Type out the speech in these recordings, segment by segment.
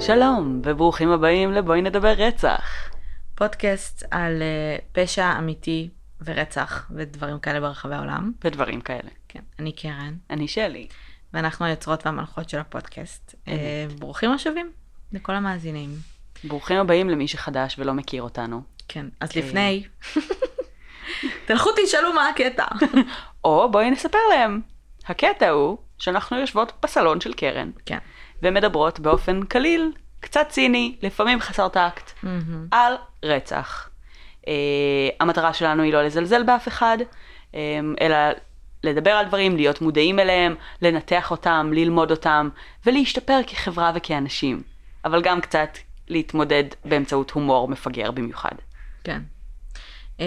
שלום, וברוכים הבאים לבואי נדבר רצח. פודקאסט על אה, פשע אמיתי ורצח ודברים כאלה ברחבי העולם. ודברים כאלה. כן, אני קרן, אני שלי. ואנחנו היוצרות והמנחות של הפודקאסט. אה, ברוכים השבים לכל המאזינים. ברוכים הבאים למי שחדש ולא מכיר אותנו. כן, אז כן. לפני, תלכו תשאלו מה הקטע. או בואי נספר להם. הקטע הוא שאנחנו יושבות בסלון של קרן, כן. ומדברות באופן קליל, קצת ציני, לפעמים חסר טקט, מהמם. על רצח. אה, המטרה שלנו היא לא לזלזל באף אחד, אה, אלא לדבר על דברים, להיות מודעים אליהם, לנתח אותם, ללמוד אותם, ולהשתפר כחברה וכאנשים. אבל גם קצת להתמודד באמצעות הומור מפגר במיוחד. כן. אמ,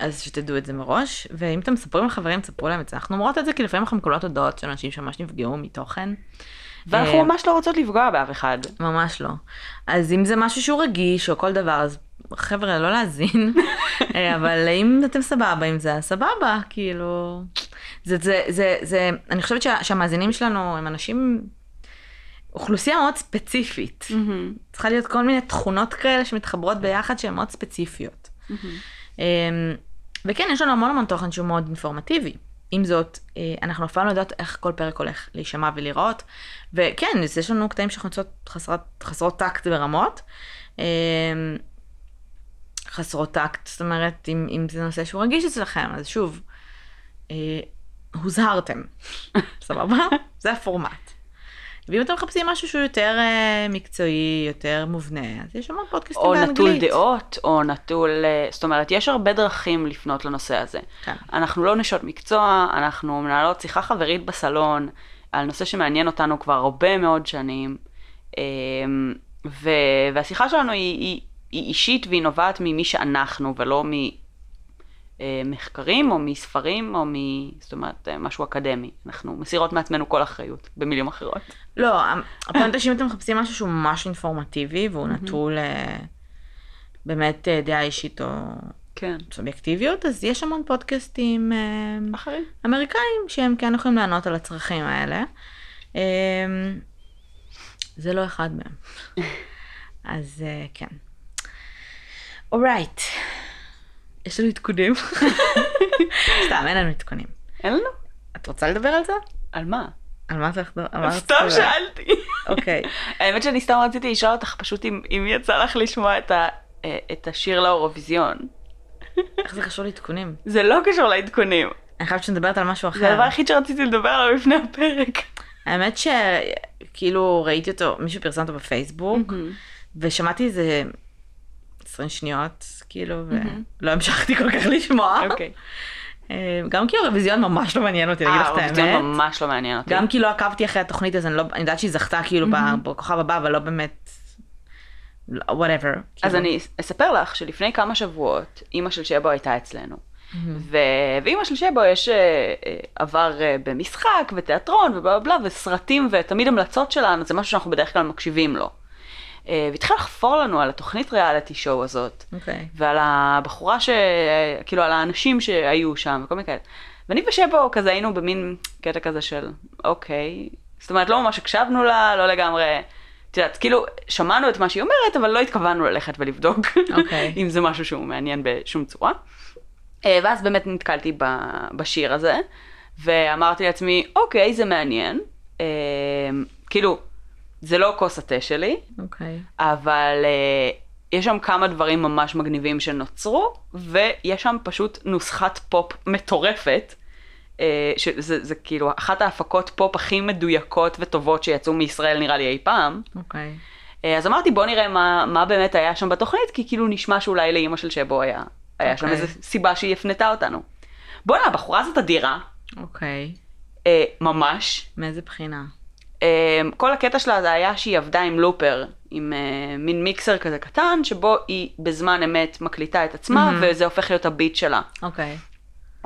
אז שתדעו את זה מראש, ואם אתם מספרים לחברים, תספרו להם את זה. אנחנו אומרות את זה כי לפעמים אנחנו מקבלות הודעות של אנשים שממש נפגעו מתוכן. ואנחנו אה, ממש לא רוצות לפגוע באף אחד. ממש לא. אז אם זה משהו שהוא רגיש או כל דבר, אז חבר'ה, לא להאזין. אה, אבל אם אתם סבבה עם זה, אז סבבה, כאילו... זה, זה, זה, זה, אני חושבת שה, שהמאזינים שלנו הם אנשים, אוכלוסייה מאוד ספציפית. צריכה להיות כל מיני תכונות כאלה שמתחברות ביחד שהן מאוד ספציפיות. אמ, וכן, יש לנו המון המון תוכן שהוא מאוד אינפורמטיבי. עם זאת, אה, אנחנו אף פעם לא יודעות איך כל פרק הולך להישמע ולהיראות. וכן, אז יש לנו קטעים שאנחנו יוצאות חסרות, חסרות טקט ברמות. אמ, חסרות טקט, זאת אומרת, אם, אם זה נושא שהוא רגיש אצלכם, אז שוב, אה, הוזהרתם, סבבה? זה הפורמט. ואם אתם מחפשים משהו שהוא יותר אה, מקצועי, יותר מובנה, אז יש המון פודקאסטים או באנגלית. נטול דעות, או נטול... אה, זאת אומרת, יש הרבה דרכים לפנות לנושא הזה. כן. אנחנו לא נשות מקצוע, אנחנו מנהלות שיחה חברית בסלון, על נושא שמעניין אותנו כבר הרבה מאוד שנים, אמ, ו, והשיחה שלנו היא, היא, היא אישית והיא נובעת ממי שאנחנו, ולא ממחקרים או מספרים או מ... זאת אומרת, אה, משהו אקדמי. אנחנו מסירות מעצמנו כל אחריות, במילים אחרות. לא, הפואנטה שאם אתם מחפשים משהו שהוא ממש אינפורמטיבי, והוא נטול אה, באמת אה, דעה אישית או כן. סובייקטיביות, אז יש המון פודקאסטים אה, אחרים. אמריקאים שהם כן יכולים לענות על הצרכים האלה. אה, זה לא אחד מהם. אז אה, כן. אורייט. יש לנו עדכונים. סתם, אין לנו עדכונים. אין לנו. את רוצה לדבר על זה? על מה? על מה צריך לדבר? על מה רצית סתם לדבר? שאלתי. אוקיי. האמת שאני סתם רציתי לשאול אותך פשוט אם, אם יצא לך לשמוע את, ה, אה, את השיר לאירוויזיון. איך זה קשור לעדכונים? זה לא קשור לעדכונים. אני חייבת שנדברת על משהו אחר. זה הדבר היחיד שרציתי לדבר עליו לפני הפרק. האמת שכאילו ראיתי אותו, מישהו פרסם אותו בפייסבוק, אוקיי. ושמעתי איזה 20 שניות, כאילו, ולא המשכתי כל כך לשמוע. אוקיי. אה, גם כי האירוויזיון ממש לא מעניין אותי, אני אגיד אה, לך את האירוויזיון האמת. ממש לא מעניין אותי. גם כי לא עקבתי אחרי התוכנית, אז אני לא- אני יודעת שהיא זכתה כאילו ב- Mm-hmm. בכוכב הבא, אבל לא באמת... כאילו. וואטאבר. אז אני אספר לך שלפני כמה שבועות, אימא של שבו הייתה אצלנו. ו... ואימא של שבו יש אה, אה, עבר אה, במשחק ותיאטרון ובלה בלה בלה וסרטים ותמיד המלצות שלנו, זה משהו שאנחנו בדרך כלל מקשיבים לו. אה, והתחילה לחפור לנו על התוכנית ריאליטי שואו הזאת. אוקיי. ועל הבחורה ש... כאילו, על האנשים שהיו שם וכל מיני כאלה. ואני ושבו כזה היינו במין קטע כזה של, אוקיי. זאת אומרת, לא ממש הקשבנו לה, לא לגמרי... את יודעת, כאילו, שמענו את מה שהיא אומרת, אבל לא התכוונו ללכת ולבדוק אוקיי. אם זה משהו שהוא מעניין בשום צורה. אה, ואז באמת נתקלתי ב... בשיר הזה, ואמרתי לעצמי, אוקיי, זה מעניין. אה, כאילו, זה לא כוס התה שלי, אוקיי. אבל אה, יש שם כמה דברים ממש מגניבים שנוצרו, ויש שם פשוט נוסחת פופ מטורפת, אה, שזה זה כאילו אחת ההפקות פופ הכי מדויקות וטובות שיצאו מישראל נראה לי אי פעם. אוקיי. אה, אז אמרתי בוא נראה מה, מה באמת היה שם בתוכנית, כי כאילו נשמע שאולי לאימא של שבו היה, היה okay. שם אוקיי. איזו סיבה שהיא הפנתה אותנו. בואנה, הבחורה הזאת אדירה, אוקיי. אה, ממש. מאיזה בחינה? אמ, כל הקטע שלה זה היה שהיא עבדה עם לופר, עם אה, מין מיקסר כזה קטן, שבו היא בזמן אמת מקליטה את עצמה, מהמם. וזה הופך להיות הביט שלה. אוקיי.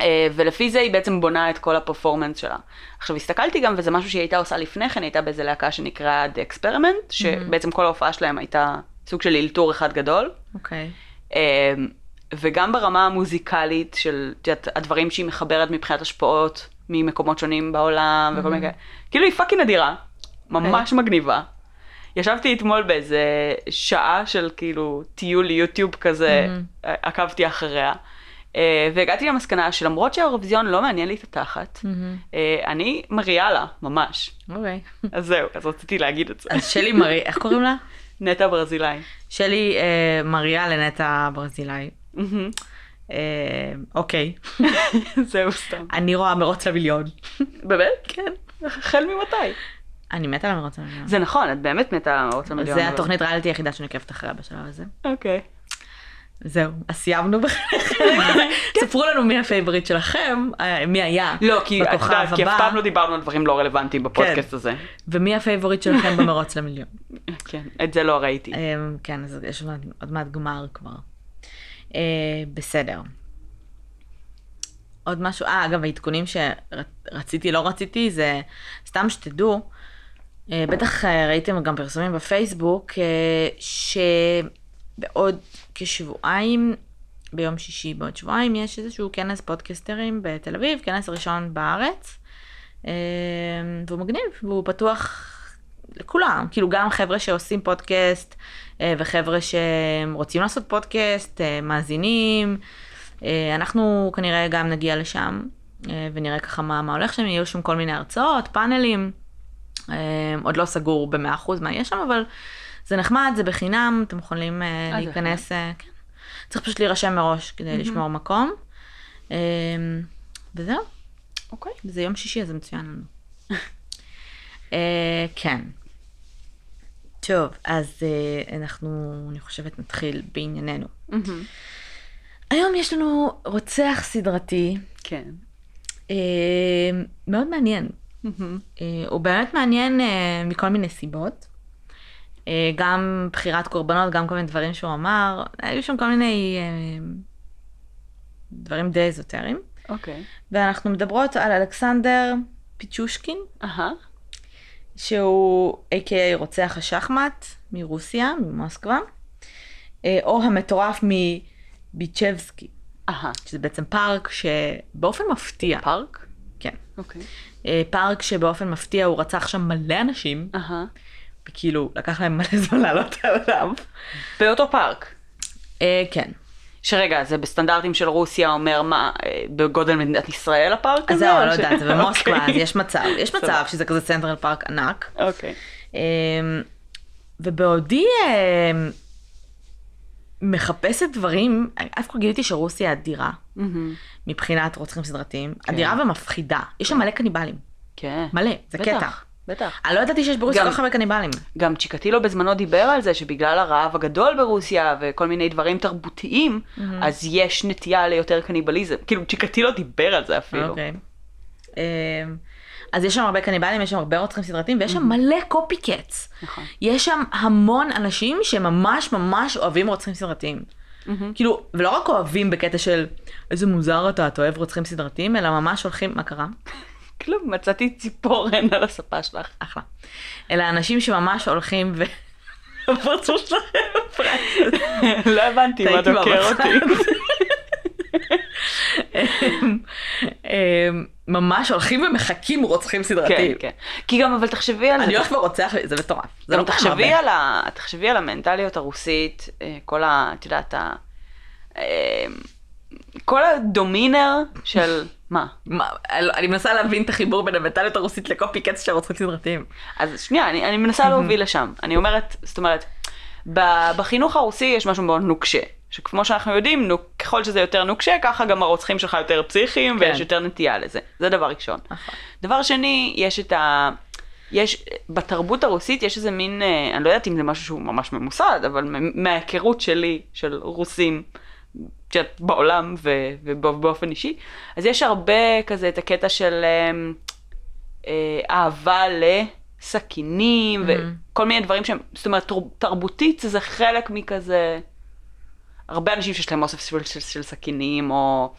אה, ולפי זה היא בעצם בונה את כל הפרפורמנס שלה. עכשיו הסתכלתי גם, וזה משהו שהיא הייתה עושה לפני כן, היא הייתה באיזה להקה שנקראה The Experiment, שבעצם כל ההופעה שלהם הייתה סוג של אלתור אחד גדול. אוקיי. אמ, וגם ברמה המוזיקלית של את יודעת, הדברים שהיא מחברת מבחינת השפעות Mm-hmm. כן. ממקומות שונים בעולם וכל מיני כאלה. כאילו היא פאקינג אדירה, ממש מגניבה. ישבתי אתמול באיזה שעה של כאילו טיול יוטיוב כזה, mm-hmm. עקבתי אחריה. אה, והגעתי למסקנה שלמרות שהאירוויזיון לא מעניין לי את התחת, מהמם. אה, אני מריעה לה, ממש. אוקיי. אז זהו, אז רציתי להגיד את זה. אז שלי מרי, איך קוראים לה? נטע ברזילי. שלי אה, מריה לנטע ברזילי. מהמם. אה, אוקיי. זהו, סתם. אני רואה מרוץ למיליון. באמת? כן. החל ממתי? אני מתה על המרוץ למיליון. זה נכון, את באמת מתה על המרוץ למיליון. זה אבל- התוכנית ריאליטי היחידה שאני עוקבת אחריה בשלב הזה. אוקיי. זהו, אז סיימנו בחלק. ספרו לנו מי הפייבוריט שלכם, אה, מי היה לא, כי את בכוכב יודעת, כי אף הבא, כן. פעם לא דיברנו על דברים לא רלוונטיים בפודקאסט הזה. ומי הפייבוריט שלכם במרוץ למיליון. כן, את זה לא ראיתי. אמ, כן, אז יש עוד מעט- עוד מעט גמר כבר. אה, בסדר. עוד משהו, אה, אגב, העדכונים שרציתי, לא רציתי, זה סתם שתדעו, אה, בטח אה, ראיתם גם פרסומים בפייסבוק, אה, שבעוד כשבועיים, ביום שישי בעוד שבועיים, יש איזשהו כנס פודקסטרים בתל אביב, כנס ראשון בארץ, אה, והוא מגניב, והוא פתוח לכולם, כאילו גם חבר'ה שעושים פודקאסט, אה, וחבר'ה שרוצים לעשות פודקאסט, אה, מאזינים. אה, אנחנו כנראה גם נגיע לשם, אה, ונראה ככה מה, מה הולך שם, יהיו שם כל מיני הרצאות, פאנלים. אה, עוד לא סגור במאה אחוז מה יש שם, אבל זה נחמד, זה בחינם, אתם יכולים אה, זה להיכנס, אה, כן. צריך פשוט להירשם מראש כדי לשמור מקום. אה, וזהו. אוקיי. זה יום שישי, אז זה מצוין לנו. אה, כן. טוב, אז אה, אנחנו, אני חושבת, נתחיל בענייננו. מהמם. היום יש לנו רוצח סדרתי כן. אה, מאוד מעניין. מהמם. אה, הוא באמת מעניין אה, מכל מיני סיבות. אה, גם בחירת קורבנות, גם כל מיני דברים שהוא אמר. היו שם כל מיני אה, דברים די אזוטריים. אוקיי. ואנחנו מדברות על אלכסנדר פיצ'ושקין. אהה. שהוא a.k.a רוצח השחמט מרוסיה, ממוסקבה, אה, או המטורף מביצ'בסקי, אהה. שזה בעצם פארק שבאופן מפתיע, פארק? כן, אוקיי. אה, פארק שבאופן מפתיע הוא רצח שם מלא אנשים, אהה. וכאילו לקח להם מלא זמן לעלות עליו. באותו פארק. אה, כן. שרגע, זה בסטנדרטים של רוסיה אומר מה, אה, בגודל מדינת ישראל הפארק אז הזה? זהו, או לא ש- יודעת, זה במוסקבה, אז אוקיי. יש מצב, יש מצב סבבה. שזה כזה צנטרל פארק ענק. אוקיי. אמ, ובעודי אמ, מחפשת דברים, אף כך גיליתי שרוסיה אדירה מהמם. מבחינת רוצחים סדרתיים, אדירה ומפחידה. יש שם מלא קניבלים, כן. מלא, זה בטח, קטע. בטח. אני לא ידעתי שיש ברוסיה גם- כל כך הרבה קניבלים. גם צ'יקטילו בזמנו דיבר על זה שבגלל הרעב הגדול ברוסיה וכל מיני דברים תרבותיים, אז יש נטייה ליותר קניבליזם. כאילו צ'יקטילו דיבר על זה אפילו. אוקיי. אמ, אז יש שם הרבה קניבלים, יש שם הרבה רוצחים סדרתיים, ויש שם מלא קופי קץ. נכון. יש שם המון אנשים שממש ממש אוהבים רוצחים סדרתיים. כאילו, ולא רק אוהבים בקטע של איזה מוזר אתה, אתה אוהב רוצחים סדרתיים, אלא ממש הולכים, מה קרה? כלום, כאילו, מצאתי ציפורן על הספה שלך. אחלה. אלא אנשים שממש הולכים ו... הפרצוף שלכם. לא הבנתי מה טעיתי דוקר במחשב. אותי. אמ, אמ, ממש הולכים ומחכים רוצחים כן, סדרתיים. כן. כי גם, אבל תחשבי על זה. אני הולכת ורוצח, זה מטורף. זה גם לא קיים תחשבי הרבה. על, ה... תחשבי על המנטליות הרוסית, אה, כל ה... את יודעת, ה... אה, כל הדומינר של... מה? מה, אני- אני מנסה להבין את החיבור בין המטליות הרוסית לקופי קץ של רוצחים סדרתיים. אז שנייה, אני, אני מנסה להוביל לשם. אני אומרת, זאת אומרת, ב... בחינוך הרוסי יש משהו מאוד נוקשה. שכמו שאנחנו יודעים, נוק... ככל שזה יותר נוקשה, ככה גם הרוצחים שלך יותר פסיכיים, כן. ויש יותר נטייה לזה. זה דבר ראשון. נכון. דבר שני, יש את ה... יש, בתרבות הרוסית יש איזה מין, אה, אני לא יודעת אם זה משהו שהוא ממש ממוסד, אבל מ- מההיכרות שלי, של רוסים את יודעת, בעולם ו- ובאופן אישי, אז יש הרבה כזה את הקטע של אה, אה, אהבה לסכינים וכל מיני דברים שהם, זאת אומרת, תר- תרבותית זה חלק מכזה, הרבה אנשים שיש להם אוסף של, של, של סכינים, או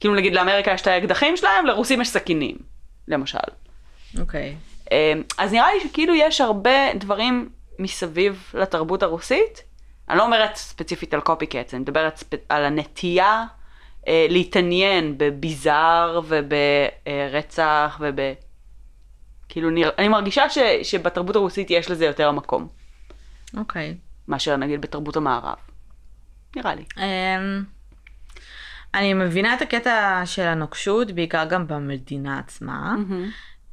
כאילו נגיד לאמריקה יש את האקדחים שלהם, לרוסים יש סכינים, למשל. אוקיי. אה, אז נראה לי שכאילו יש הרבה דברים מסביב לתרבות הרוסית. אני לא אומרת ספציפית על קופי קץ, אני מדברת ספ... על הנטייה אה, להתעניין בביזאר וברצח וב... כאילו, נרא... אני מרגישה ש... שבתרבות הרוסית יש לזה יותר מקום. אוקיי. מאשר נגיד בתרבות המערב. נראה לי. אמ, אני מבינה את הקטע של הנוקשות, בעיקר גם במדינה עצמה. Mm-hmm.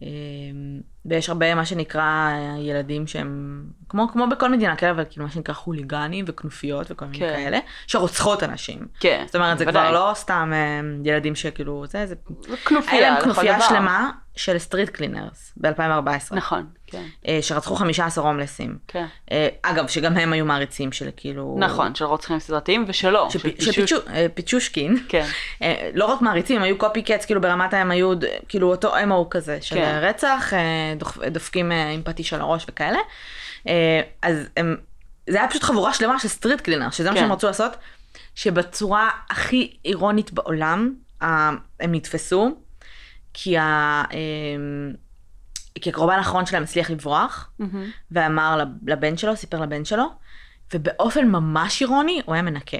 אמ, ויש הרבה מה שנקרא ילדים שהם, כמו, כמו בכל מדינה, כן, אבל כאילו מה שנקרא חוליגנים וכנופיות וכל מיני כן. כאלה, שרוצחות אנשים. כן. זאת אומרת, זה כבר בוודאי. לא סתם אמ, ילדים שכאילו, זה, זה... זה כנופיה, היה להם לכל כנופיה דבר. שלמה של סטריט קלינרס ב-2014, אה, נכון, כן, שרצחו 15 הומלסים. כן. אה, אגב, שגם הם היו מעריצים של כאילו... נכון, של רוצחים סדרתיים ושלא. של פישוש. שפיצ'ושקין, כן. אה, לא רק מעריצים, היו קופי קץ, כאילו ברמת הם היו, ד- כאילו אותו MO כזה של כן. רצח, אה, דוחפ- דופקים אה, עם פטיש על הראש וכאלה. אה, אז הם, זה היה פשוט חבורה שלמה של סטריט קלינר, שזה מה כן. שהם רצו לעשות, שבצורה הכי אירונית בעולם, אה, הם נתפסו, כי ה... אה, כי הקורבן האחרון שלהם הצליח לברוח, מהמם. ואמר לב- לבן שלו, סיפר לבן שלו, ובאופן ממש אירוני, הוא היה מנקה.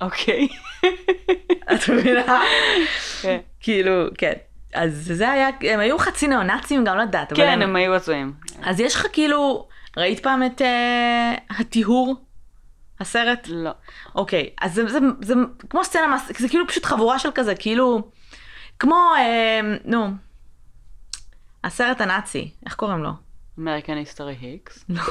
אוקיי. את מבינה? כן. כאילו, כן. אז זה היה, הם היו חצי ניאו-נאצים, גם לא יודעת. אבל כן, הם היו הזויים. אז יש לך כאילו, ראית פעם את אה, הטיהור? הסרט? לא. אוקיי. אז זה, זה, זה כמו סצנה, מס- זה כאילו פשוט חבורה של כזה, כאילו, כמו, אה, נו, הסרט הנאצי, איך קוראים לו? אמריקן היסטורי היקס. לא.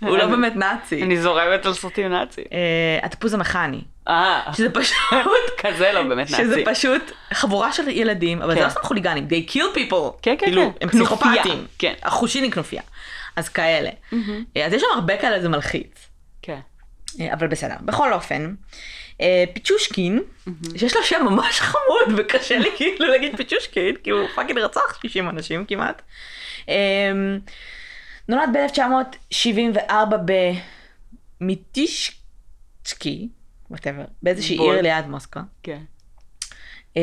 הוא לא באמת נאצי. אני זורמת על סרטים נאציים. אה, התפוז המכני. אה, שזה פשוט... כזה לא באמת נאצי. שזה פשוט חבורה של ילדים, אבל כן. זה לא סתם חוליגנים, they kill people. כן, כן, כאילו, כן. הם כנופיה. פסיכופטים. כן. החושין היא כנופיה. אז כאלה. אה, מהמם. אז יש שם הרבה כאלה, זה מלחיץ. כן. אה, אבל בסדר. בכל אופן, אה, פיצ'ושקין, שיש לו שם ממש חמוד, וקשה לי כאילו להגיד פיצ'ושקין, כי הוא פאקינג רצח 60 אנשים כמעט. אה, נולד ב-1974 במיטישקי, וואטאבר, באיזושהי בול. עיר ליד מוסקבה. כן. אמ,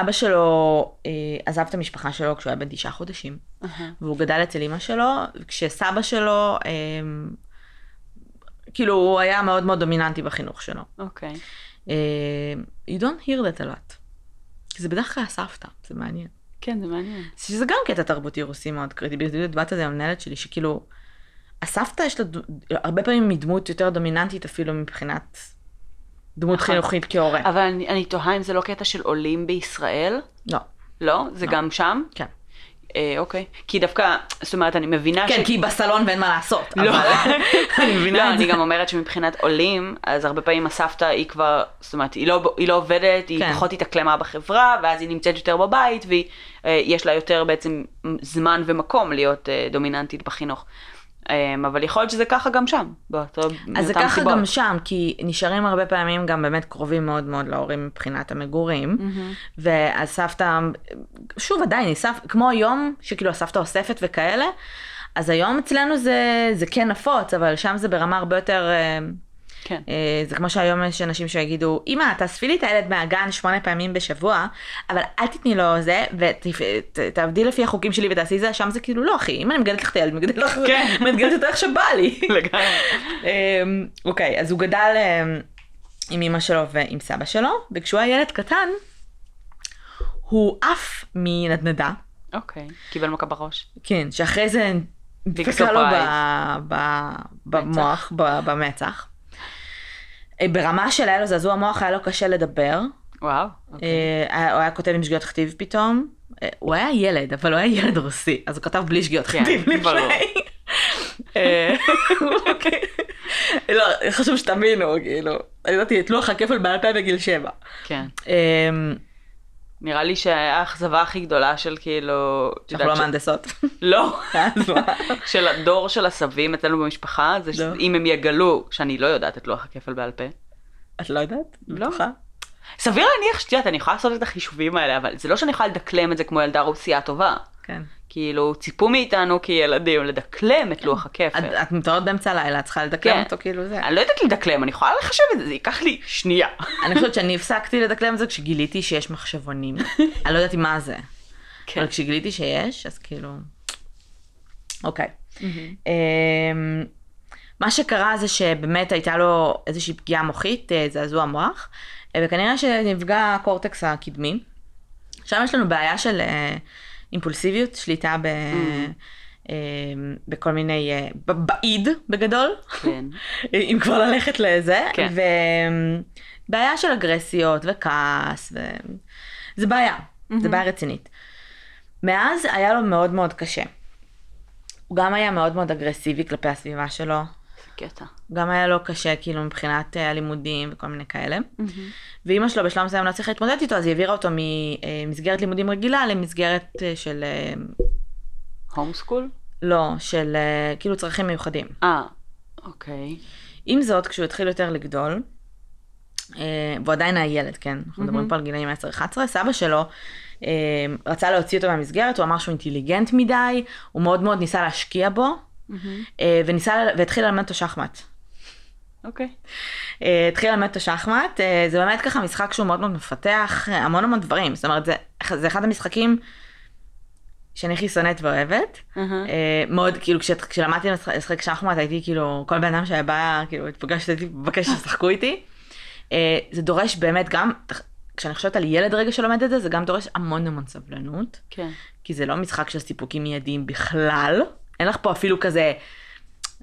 אבא שלו אה, עזב את המשפחה שלו כשהוא היה בן תשעה חודשים, אהה. והוא גדל אצל אימא שלו, כשסבא שלו, אמ, כאילו, הוא היה מאוד מאוד דומיננטי בחינוך שלו. אוקיי. אמ, You don't hear that a lot. כי זה בדרך כלל הסבתא, זה מעניין. כן, זה מעניין. שזה גם קטע תרבותי רוסי מאוד קריטי, בדיוק דיברתי על זה עם המנהלת שלי, שכאילו, הסבתא יש לה דו- הרבה פעמים היא דמות יותר דומיננטית אפילו מבחינת דמות נכון. חינוכית כהורה. אבל אני- אני תוהה אם זה לא קטע של עולים בישראל. לא, לא? זה לא. גם שם? כן. אה, אוקיי. כי דווקא, זאת אומרת, אני מבינה כן, ש... כי היא בסלון ואין מה לעשות. לא. אבל- אני לא, מבינה את זה. אני גם אומרת שמבחינת עולים, אז הרבה פעמים הסבתא היא כבר, זאת אומרת, היא לא, היא לא עובדת, היא כן. פחות התאקלמה בחברה, ואז היא נמצאת יותר בבית, ויש לה יותר בעצם זמן ומקום להיות אה, דומיננטית בחינוך. אה, אבל יכול להיות שזה ככה גם שם, באותו, אז זה מאותן ככה סיבות. גם שם, כי נשארים הרבה פעמים גם באמת קרובים מאוד מאוד להורים מבחינת המגורים. מהמם. ואז סבתא, שוב עדיין, היא סבתא, כמו היום, שכאילו הסבתא אוספת וכאלה, אז היום אצלנו זה, זה כן נפוץ, אבל שם זה ברמה הרבה יותר, אה, כן. אה, זה כמו שהיום יש אנשים שיגידו, אמא, תאספי לי את הילד מהגן שמונה פעמים בשבוע, אבל אל תתני לו זה, ותעבדי לפי החוקים שלי ותעשי זה, שם זה כאילו לא, אחי, אם אני מגדלת לך את הילד, מגדלת לך, כן. מגדלת אותו איך שבא לי. לגמרי. אמ, אוקיי, אז הוא גדל אמ, עם אמא שלו ועם סבא שלו, וכשהוא היה ילד קטן, הוא עף מנדנדה, אוקיי. קיבל מכה בראש. כן, שאחרי זה נדפקה לו surprise. ב- ב- במוח, ב- במצח. אה, ברמה של היה לו זעזוע מוח, היה לו קשה לדבר. וואו. אוקיי. אה, היה- הוא היה כותב עם שגיאות כתיב פתאום. אה, הוא היה ילד, אבל הוא היה ילד רוסי, אז הוא כתב בלי שגיאות כן, כתיב ברור. לפני. אה, אוקיי. לא, חשוב שתבינו, כאילו. אני ידעתי את לוח הכפל בעל-פה בגיל שבע. כן. אמ, נראה לי שהאכזבה הכי גדולה של כאילו... את אנחנו יודעת לא ש- מהנדסות. לא. אז מה? של הדור של הסבים אצלנו במשפחה, זה לא. שאם הם יגלו שאני לא יודעת את לוח הכפל בעל פה. את לא יודעת? לא. בטוחה? סביר להניח שאת יודעת, אני יכולה לעשות את החישובים האלה, אבל זה לא שאני יכולה לדקלם את זה כמו ילדה רוסייה טובה. כן. כאילו, ציפו מאיתנו כילדים לדקלם את לוח הכפל. את- את מתעוררת באמצע הלילה, את צריכה אה. כן. לדקלם אותו כאילו זה. אני לא יודעת לדקלם, אני יכולה לחשב את זה, זה ייקח לי שנייה. אני חושבת שאני הפסקתי לדקלם את זה כשגיליתי שיש מחשבונים. אני לא ידעתי מה זה. כן. אבל כשגיליתי שיש, אז כאילו... אוקיי. אמ, מה שקרה זה שבאמת הייתה לו איזושהי פגיעה מוחית, אה, זעזוע מוח, אה, וכנראה שנפגע הקורטקס Mm. הקדמי. שם יש לנו בעיה של אה, אימפולסיביות, שליטה ב... אה, בכל מיני, אה, ב- באיד בגדול, כן. אם כבר ללכת לזה. כן. ובעיה של אגרסיות וכעס, ו... זה בעיה, Mhm. זה בעיה רצינית. מאז היה לו מאוד מאוד קשה. הוא גם היה מאוד מאוד אגרסיבי כלפי הסביבה שלו, זה קטע. הוא גם היה לו קשה כאילו מבחינת אה, הלימודים וכל מיני כאלה. ואימא שלו בשלב מסוים לא הצליחה להתמודד איתו, אז היא העבירה אותו ממסגרת לימודים רגילה למסגרת אה, של, אה, הום סקול? לא, של אה, כאילו צרכים מיוחדים. אה, אוקיי. עם זאת, כשהוא התחיל יותר לגדול, אה, והוא עדיין היה ילד, כן? אנחנו מהמם. מדברים פה על גילאים 10-11, סבא שלו אה, רצה להוציא אותו מהמסגרת, הוא אמר שהוא אינטליגנט מדי, הוא מאוד מאוד ניסה להשקיע בו, אה, וניסה, והתחיל ללמד אותו שחמט. אוקיי. אה, התחיל ללמד את השחמט, אה, זה באמת ככה משחק שהוא מאוד מאוד מפתח אה, המון המון דברים, זאת אומרת זה, זה אחד המשחקים שאני הכי שונאת ואוהבת, אהה. אה, מאוד כאילו כש, כשלמדתי לשח- לשחק שחמט הייתי כאילו כל בן אדם שהיה בא כאילו התפגשתי הייתי מבקש שישחקו איתי, אה, זה דורש באמת גם, תח- כשאני חושבת על ילד רגע שלומד את זה, זה גם דורש המון המון סבלנות, כן. כי זה לא משחק של סיפוקים מיידיים בכלל, אין לך פה אפילו כזה,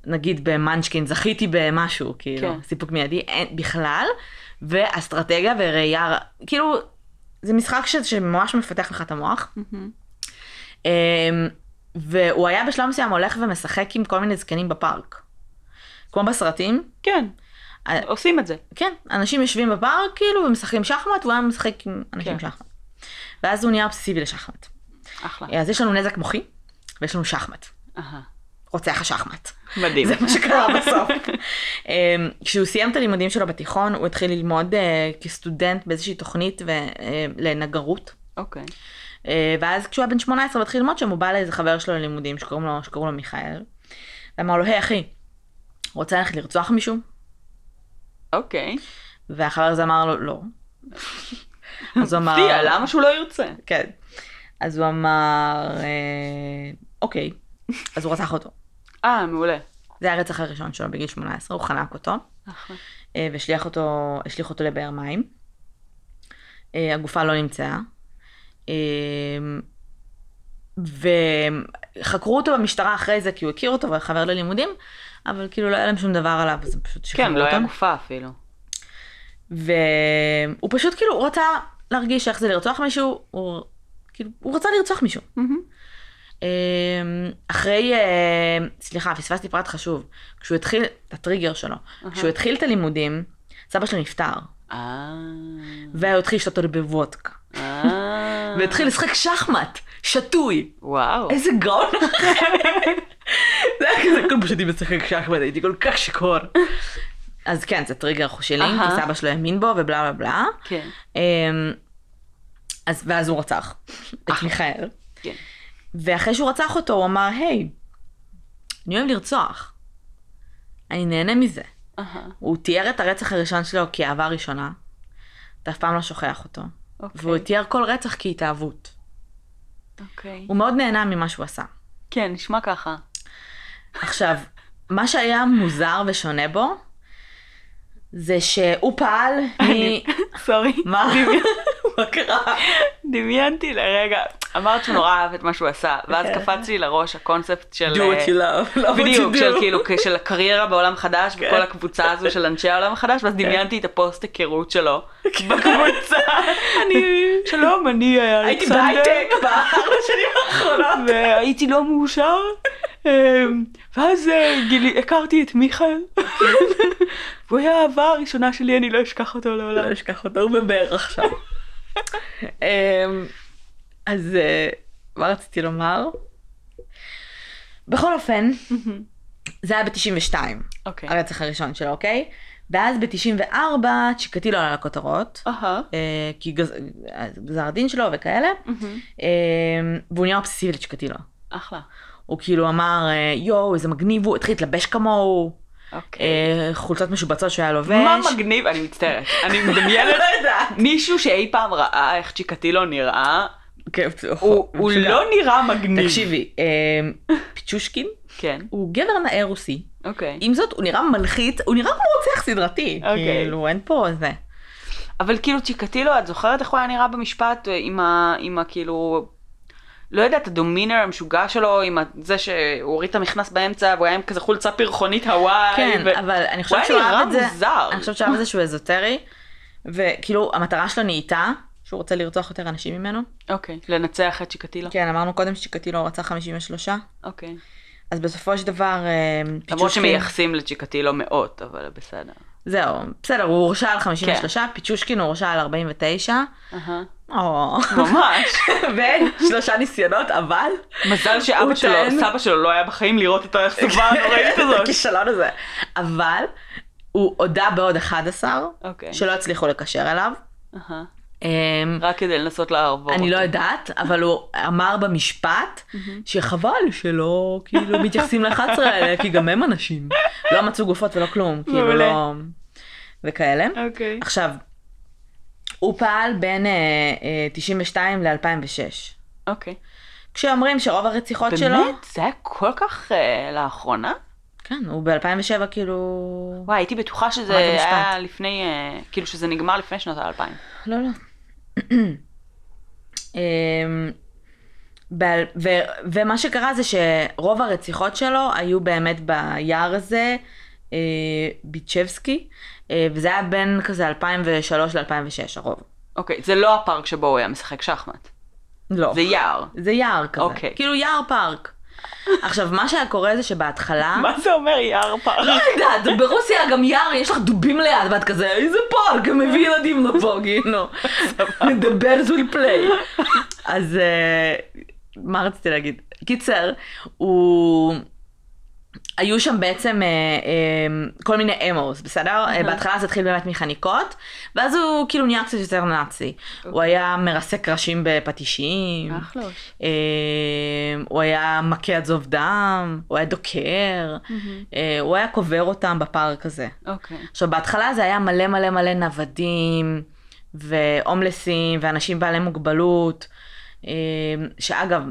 נגיד במאנצ'קין זכיתי במשהו, כאילו, כן. כן. סיפוק מיידי, אין בכלל, ואסטרטגיה וראייה, כאילו, זה משחק ש, שממש מפתח לך את המוח. אמ, והוא היה בשלב מסוים הולך ומשחק עם כל מיני זקנים בפארק. כמו בסרטים, כן. אה, עושים את זה. כן, אנשים יושבים בפארק כאילו ומשחקים שחמט, והוא היה משחק עם אנשים כן. כן. שחמט. ואז הוא נהיה אובססיבי לשחמט. אחלה. אז יש לנו נזק מוחי, ויש לנו שחמט. אהה. רוצח השחמט. מדהים. זה מה שקרה בסוף. אמ, כשהוא סיים את הלימודים שלו בתיכון, הוא התחיל ללמוד אה, כסטודנט באיזושהי תוכנית ו- אה, לנגרות. אוקיי. אה, ואז כשהוא היה בן 18 והתחיל ללמוד שם, הוא בא לאיזה חבר שלו ללימודים שקוראים לו, שקוראים לו מיכאל. ואמר לו, היי אחי, רוצה ללכת לרצוח מישהו? אוקיי. והחבר הזה אמר לו, לא. אז הוא אמר... מפתיע, למה שהוא לא ירצה? כן. אז הוא אמר, אה, אוקיי. אז הוא רצח אותו. אה, מעולה. זה היה הרצח הראשון שלו בגיל 18, הוא חנק אותו. אחלה. אה, והשליך אותו, השליך אותו לבאר מים. אה, הגופה לא נמצאה. אה, וחקרו אותו במשטרה אחרי זה כי הוא הכיר אותו וחבר ללימודים, אבל כאילו לא היה להם שום דבר עליו, אז הם פשוט כן, שחררו לא אותו. היה גופה אפילו. והוא פשוט כאילו, הוא רצה להרגיש איך זה לרצוח מישהו, הוא כאילו, הוא רצה לרצוח מישהו. אמ, אחרי, אמ, סליחה, פספסתי פרט חשוב, כשהוא התחיל, הטריגר שלו, אהה. כשהוא התחיל את הלימודים, סבא שלו נפטר, אה... והוא התחיל לשתות אותו בוודקה, אה. והתחיל לשחק שחמט, שתוי, וואו. איזה גאון זה היה כזה, כל פעם שהייתי משחק שחמט הייתי כל כך שיכור. אז כן, זה טריגר שלי, אהה. כי סבא שלו האמין בו ובלה בלה בלה. כן. אמ, אז, ואז הוא רצח את מיכאל. כן. ואחרי שהוא רצח אותו, הוא אמר, היי, אני אוהב לרצוח. אני נהנה מזה. אהה. הוא תיאר את הרצח הראשון שלו כאהבה ראשונה. אתה אף פעם לא שוכח אותו. והוא אוקיי. תיאר כל רצח כהתאהבות. אוקיי. הוא מאוד נהנה ממה שהוא עשה. כן, נשמע ככה. עכשיו, מה שהיה מוזר ושונה בו, זה שהוא פעל מ... אני- סורי. מה? מה קרה? דמיינתי לרגע. אמרת שנורא אהב את מה שהוא עשה, ואז כן. קפץ לי לראש הקונספט של... אה, Do what you love. love what you בדיוק, do. של כאילו, של הקריירה בעולם חדש, כן. וכל הקבוצה הזו של אנשי העולם החדש, ואז דמיינתי את הפוסט היכרות שלו בקבוצה. אני, שלום, אני אה, הייתי אלכסנדר. בהייטק בארבע שנים האחרונות. והייתי לא מאושר, אמ, ואז אה, גילי- הכרתי את מיכאל, והוא היה האהבה הראשונה שלי, אני לא אשכח אותו לעולם. לא אשכח אותו, הוא בבאר עכשיו. אמ, אז אה, מה רציתי לומר? בכל אופן, זה היה ב-92, אוקיי. הרצח הראשון שלו, אוקיי? ואז ב-94, צ'יקטי לא עלה לכותרות, אהה. אה, כי גז- גזר הדין שלו וכאלה, מהמם. אמ, והוא נהיה אובססיבי לצ'יקטילו. אחלה. הוא כאילו אמר, אה, יואו, איזה מגניב הוא, התחיל להתלבש כמוהו, אוקיי. אה, חולצות משובצות שהוא היה לובש. מה מגניב, אני מצטערת, אני מדמיינת לא יודעת. מישהו שאי פעם ראה איך צ'יקטילו נראה, כן, הוא אוקיי, הוא לא נראה מגניב. תקשיבי, אה, פיצ'ושקין כן, הוא גבר נאה רוסי. אוקיי. עם זאת, הוא נראה מלחיץ, הוא נראה כמו רוצח סדרתי. אוקיי. כאילו, אין פה זה. אבל כאילו צ'יקטילו, את זוכרת איך הוא היה נראה במשפט אה, עם ה... עם ה... כאילו... לא יודעת, הדומינר המשוגע שלו עם ה- זה שהוא הוריד את המכנס באמצע והוא היה עם כזה חולצה פרחונית הוואי. כן, ו- אבל אני הוא חושבת היה שהוא אהב נראה את זה, מוזר. אני חושבת שהוא אהב את זה שהוא אזוטרי, וכאילו המטרה שלו נהייתה, שהוא רוצה לרצוח יותר אנשים ממנו. אוקיי, לנצח את שיקטילו. כן, אמרנו קודם שצ'יקטילו רצה 53, אוקיי. אז בסופו של דבר אה, למרות פיצ'ושקין- שמייחסים לצ'יקטילו מאות, אבל בסדר. זהו, בסדר, הוא הורשע על 53, כן. פיצ'ושקין הורשע על 49, אהה. או... ממש. ואין שלושה ניסיונות, אבל... מזל שאבא הוא שלו, טוען- סבא שלו לא היה בחיים לראות לא את האכזבה הנוראית הזאת. הכישלון הזה. אבל הוא הודה בעוד 11, אוקיי. שלא הצליחו לקשר אליו. אהה. אמ, רק כדי לנסות לעבור אני לא אותו. יודעת, אבל הוא אמר במשפט שחבל שלא כאילו מתייחסים ל-11 האלה, כי גם הם אנשים. לא מצאו גופות ולא כלום, כאילו מעולה. לא... וכאלה. אוקיי. עכשיו, הוא פעל בין אה, אה, 92 ל-2006. אוקיי. כשאומרים שרוב הרציחות שלו... באמת? זה היה כל כך אה, לאחרונה? כן, הוא ב-2007 כאילו... וואי, הייתי בטוחה שזה אמרתי משפט. היה לפני, אה, כאילו שזה נגמר לפני שנות האלפיים. לא, לא. אמ, בעל- ו- ומה שקרה זה שרוב הרציחות שלו היו באמת ביער הזה, אה, ביצ'בסקי, אה, וזה היה בין כזה 2003 ל-2006 הרוב. אוקיי, זה לא הפארק שבו הוא היה משחק שחמט. לא. זה יער. זה יער כזה. אוקיי. כאילו יער פארק. עכשיו, מה שהיה קורה זה שבהתחלה... מה זה אומר יער פארק? לא יודעת, ברוסיה גם יער, יש לך דובים ליד, ואת כזה, איזה פארק, הם מביא ילדים לפה, כאילו. The bears will play. אז אה, מה רציתי להגיד? קיצר, הוא... היו שם בעצם אה, אה, כל מיני אמוס, בסדר? אה, בהתחלה זה התחיל באמת מחניקות, ואז הוא כאילו נהיה קצת יותר נאצי. הוא היה מרסק ראשים בפטישים. אחלוש. אה, אמ, הוא היה מכה עד זוב דם, הוא היה דוקר, אה, הוא היה קובר אותם בפארק הזה. אוקיי. עכשיו, בהתחלה זה היה מלא מלא מלא נוודים, והומלסים, ואנשים בעלי מוגבלות, אה, שאגב,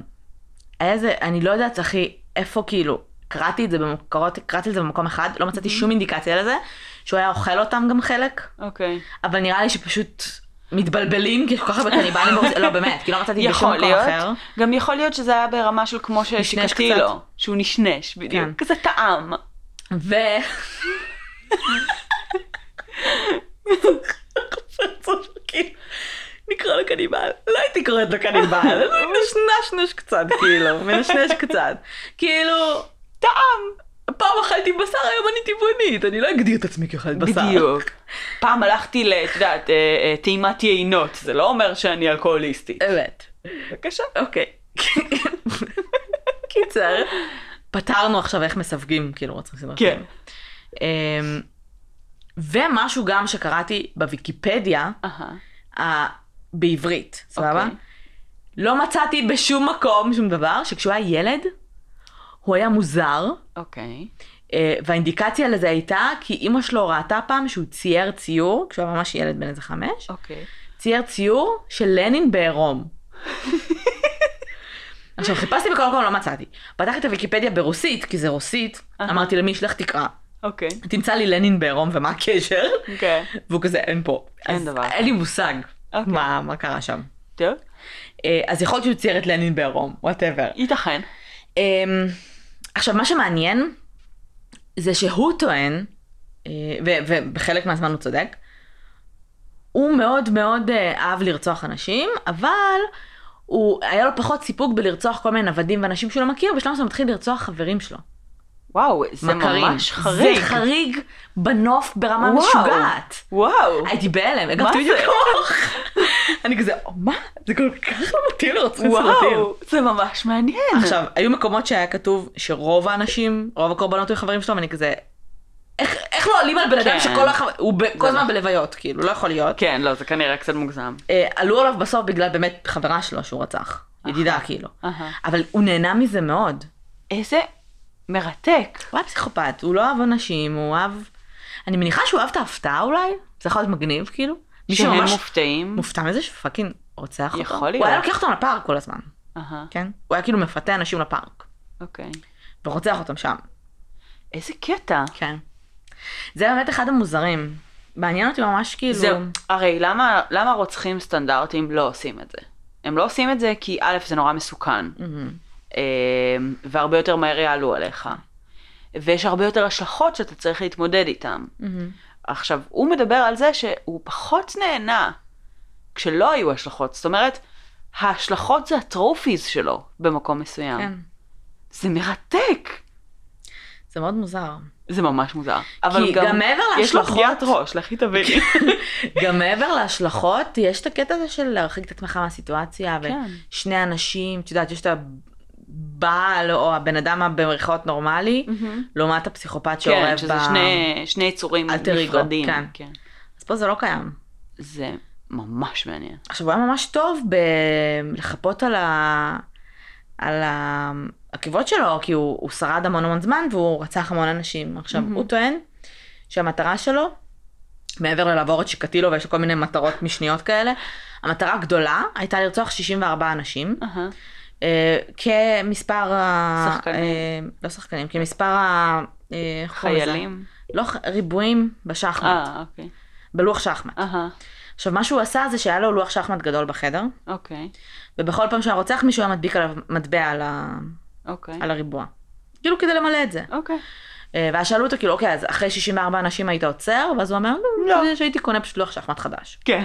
היה זה, אני לא יודעת, אחי, איפה כאילו, קראתי את זה במקום, קראתי- קראתי את זה במקום אחד, לא מצאתי שום אינדיקציה לזה, שהוא היה אוכל אותם גם חלק, אוקיי. אבל נראה לי שפשוט... מתבלבלים כי יש כל כך הרבה קניבלים, ברוסיה. לא באמת, כי לא מצאתי בשום יכול מקום אחר. להיות. גם יכול להיות שזה היה ברמה של כמו ששיקתי קצת. לו. שהוא נשנש, בדיוק. כן. כזה טעם. ו... הפרצוף, כאילו, נקרא לו קניבל. לא הייתי קוראת לו קניבל, הוא מנשנש קצת, כאילו, מנשנש קצת. כאילו, טעם. פעם אכלתי בשר, היום אני טבעונית, אני לא אגדיר את עצמי כאוכלת בשר. בדיוק. פעם הלכתי ל... את יודעת, אה, אה, טעימת יינות. זה לא אומר שאני אלכוהוליסטית. אמת. בבקשה. אוקיי. קיצר, פתרנו עכשיו איך מסווגים, כאילו, רוצים לסדר. כן. ומשהו גם שקראתי בוויקיפדיה, אהה. ה- בעברית, סבבה? אוקיי. לא מצאתי בשום מקום שום דבר, שכשהוא היה ילד, הוא היה מוזר, אוקיי. אה, והאינדיקציה לזה הייתה כי אימא שלו ראתה פעם שהוא צייר ציור, כשהוא היה ממש ילד בן איזה חמש, אוקיי. צייר ציור של לנין בעירום. עכשיו חיפשתי בכל מקום, לא מצאתי. פתחתי את הוויקיפדיה ברוסית, כי זה רוסית, אהה. אמרתי למי שלך תקרא. אוקיי. תמצא לי לנין בעירום ומה הקשר, אוקיי. והוא כזה אין פה. אין אז דבר. אין לי מושג אוקיי. מה מה קרה שם. טוב. אה, אז יכול להיות שהוא צייר את לנין בעירום, וואטאבר. ייתכן. עכשיו, מה שמעניין זה שהוא טוען, אה, ו- ובחלק מהזמן הוא צודק, הוא מאוד מאוד אה, אהב לרצוח אנשים, אבל הוא, היה לו פחות סיפוק בלרצוח כל מיני נוודים ואנשים שהוא לא מכיר, בשלב מסוים הוא מתחיל לרצוח חברים שלו. וואו, זה מכרים. ממש חריג. זה חריג בנוף ברמה וואו. משוגעת. וואו. הייתי בהלם, הגבתי זה? בדיוק כמוך. אני כזה, מה? זה כל כך לא מתאים לרצות סרטים. וואו, זה ממש מעניין. עכשיו, היו מקומות שהיה כתוב שרוב האנשים, רוב הקורבנות היו חברים שלו, ואני כזה... איך, איך לא עולים על בן אדם כן. שכל החבר... הוא ב... כל לא. הזמן בלוויות, כאילו, לא יכול להיות. כן, לא, זה כנראה קצת מוגזם. אה, עלו עליו בסוף בגלל באמת חברה שלו שהוא רצח. נכון. ידידה, כאילו. אהה. אבל הוא נהנה מזה מאוד. איזה מרתק. הוא היה פסיכופת, הוא לא אהב אנשים, הוא אהב... אני מניחה שהוא אהב את ההפתעה אולי? זה יכול להיות מגניב, כאילו? מי שהם שממש מופתעים. מופתע מזה שפאקינג רוצח אותו. יכול הוא היה להיות. לוקח אותם לפארק כל הזמן, אהה, כן? הוא היה כאילו מפתה אנשים לפארק, אוקיי. ורוצח אותם שם. איזה קטע. כן. זה באמת אחד המוזרים. מעניין אותי ממש כאילו... זהו, הרי למה למה רוצחים סטנדרטיים לא עושים את זה? הם לא עושים את זה כי א', זה נורא מסוכן, אה, והרבה יותר מהר יעלו עליך. ויש הרבה יותר השלכות שאתה צריך להתמודד איתן. עכשיו, הוא מדבר על זה שהוא פחות נהנה כשלא היו השלכות. זאת אומרת, ההשלכות זה הטרופיז שלו במקום מסוים. כן. זה מרתק. זה מאוד מוזר. זה ממש מוזר. כי גם מעבר יש לו להשלכות- כן, פגיעת ראש, לכי תביני. גם מעבר להשלכות, יש את הקטע הזה של להרחיק את עצמך מהסיטואציה, כן. ושני אנשים, את יודעת, יש את הבעל או הבן אדם הבמרכאות נורמלי, לעומת הפסיכופת שעורב כן, שזה ב- שני, שני יצורים אלטר אגו, נפרדים. כן. אז פה זה לא קיים. זה ממש מעניין. עכשיו, הוא היה ממש טוב בלחפות על, ה... על ה... הקיבות שלו, כי הוא, הוא שרד המון המון זמן והוא רצח המון אנשים. עכשיו, מהמם. הוא טוען שהמטרה שלו, מעבר ללעבור את שקטילו ויש לו כל מיני מטרות משניות כאלה, המטרה הגדולה הייתה לרצוח 64 אנשים, אהה. אה, כמספר ה... שחקנים. אה, לא שחקנים, כמספר ה... אה, איך קוראים לזה? חיילים. לא, ח- ריבועים בשחמט, אה, אוקיי. בלוח שחמט. אהה, עכשיו, מה שהוא עשה זה שהיה לו לוח שחמט גדול בחדר, אוקיי. ובכל פעם שהיה רוצח מישהו היה מדביק עליו מטבע על, ה... אוקיי. על הריבוע. כאילו כדי למלא את זה. אוקיי. אה, ואז שאלו אותו כאילו, אוקיי, אז אחרי 64 אנשים היית עוצר? ואז הוא אמר, לא, לא. לא. שהייתי קונה פשוט לוח שחמט חדש. כן.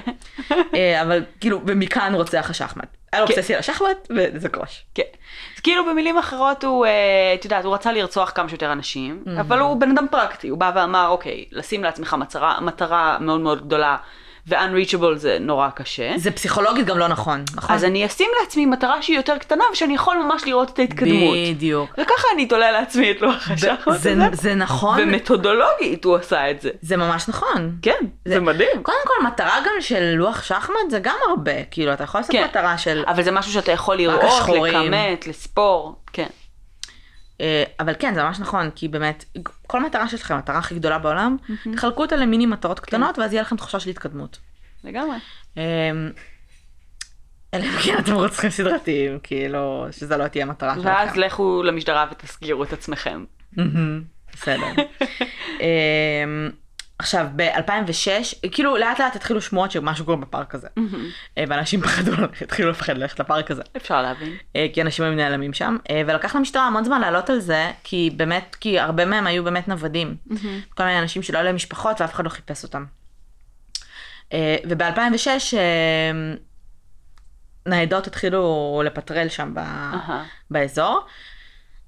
אה, אבל כאילו, ומכאן רוצח השחמט. היה לו כן. אובססיה לשחמט, וזה קרוש. כן. אז כאילו במילים אחרות הוא, אה, את יודעת, הוא רצה לרצוח כמה שיותר אנשים, Mhm. אבל הוא בן אדם פרקטי, הוא בא ואמר, אוקיי, לשים לעצמך מטרה, מטרה מאוד מאוד גדולה, ו-unreachable זה נורא קשה. זה פסיכולוגית גם לא נכון, נכון? אז אני אשים לעצמי מטרה שהיא יותר קטנה ושאני יכול ממש לראות את ההתקדמות. בדיוק. וככה אני תולה לעצמי את לוח השחמט זה, הזה. זה נכון, ומתודולוגית הוא עשה את זה. זה ממש נכון. כן, זה- זה מדהים. קודם כל, מטרה גם של לוח שחמט זה גם הרבה. כאילו, אתה יכול לעשות כן. מטרה של... אבל זה משהו שאתה יכול לראות, השחורים. לכמת, לספור. כן. אה, אבל כן, זה ממש נכון, כי באמת, כל מטרה שיש לכם, המטרה הכי גדולה בעולם, תחלקו אותה למיני מטרות קטנות, ואז יהיה לכם תחושה של התקדמות. לגמרי. אה, אלא אם כן אתם רוצחים סדרתיים, כאילו, שזה לא תהיה מטרה שלכם. ואז לכו למשטרה ותסגירו את עצמכם. מהמם, בסדר. אה, עכשיו, ב-2006, כאילו, לאט לאט התחילו שמועות שמשהו קורה בפארק הזה. אה, ואנשים פחדו, התחילו לפחד ללכת לפארק הזה. אפשר להבין. אה, כי אנשים היו נעלמים שם, אה, ולקח למשטרה המון זמן לעלות על זה, כי באמת, כי הרבה מהם היו באמת נוודים. כל מיני אנשים שלא היו להם משפחות ואף אחד לא חיפש אותם. אה, וב-2006 אה, ניידות התחילו לפטרל שם ב- אהה. באזור,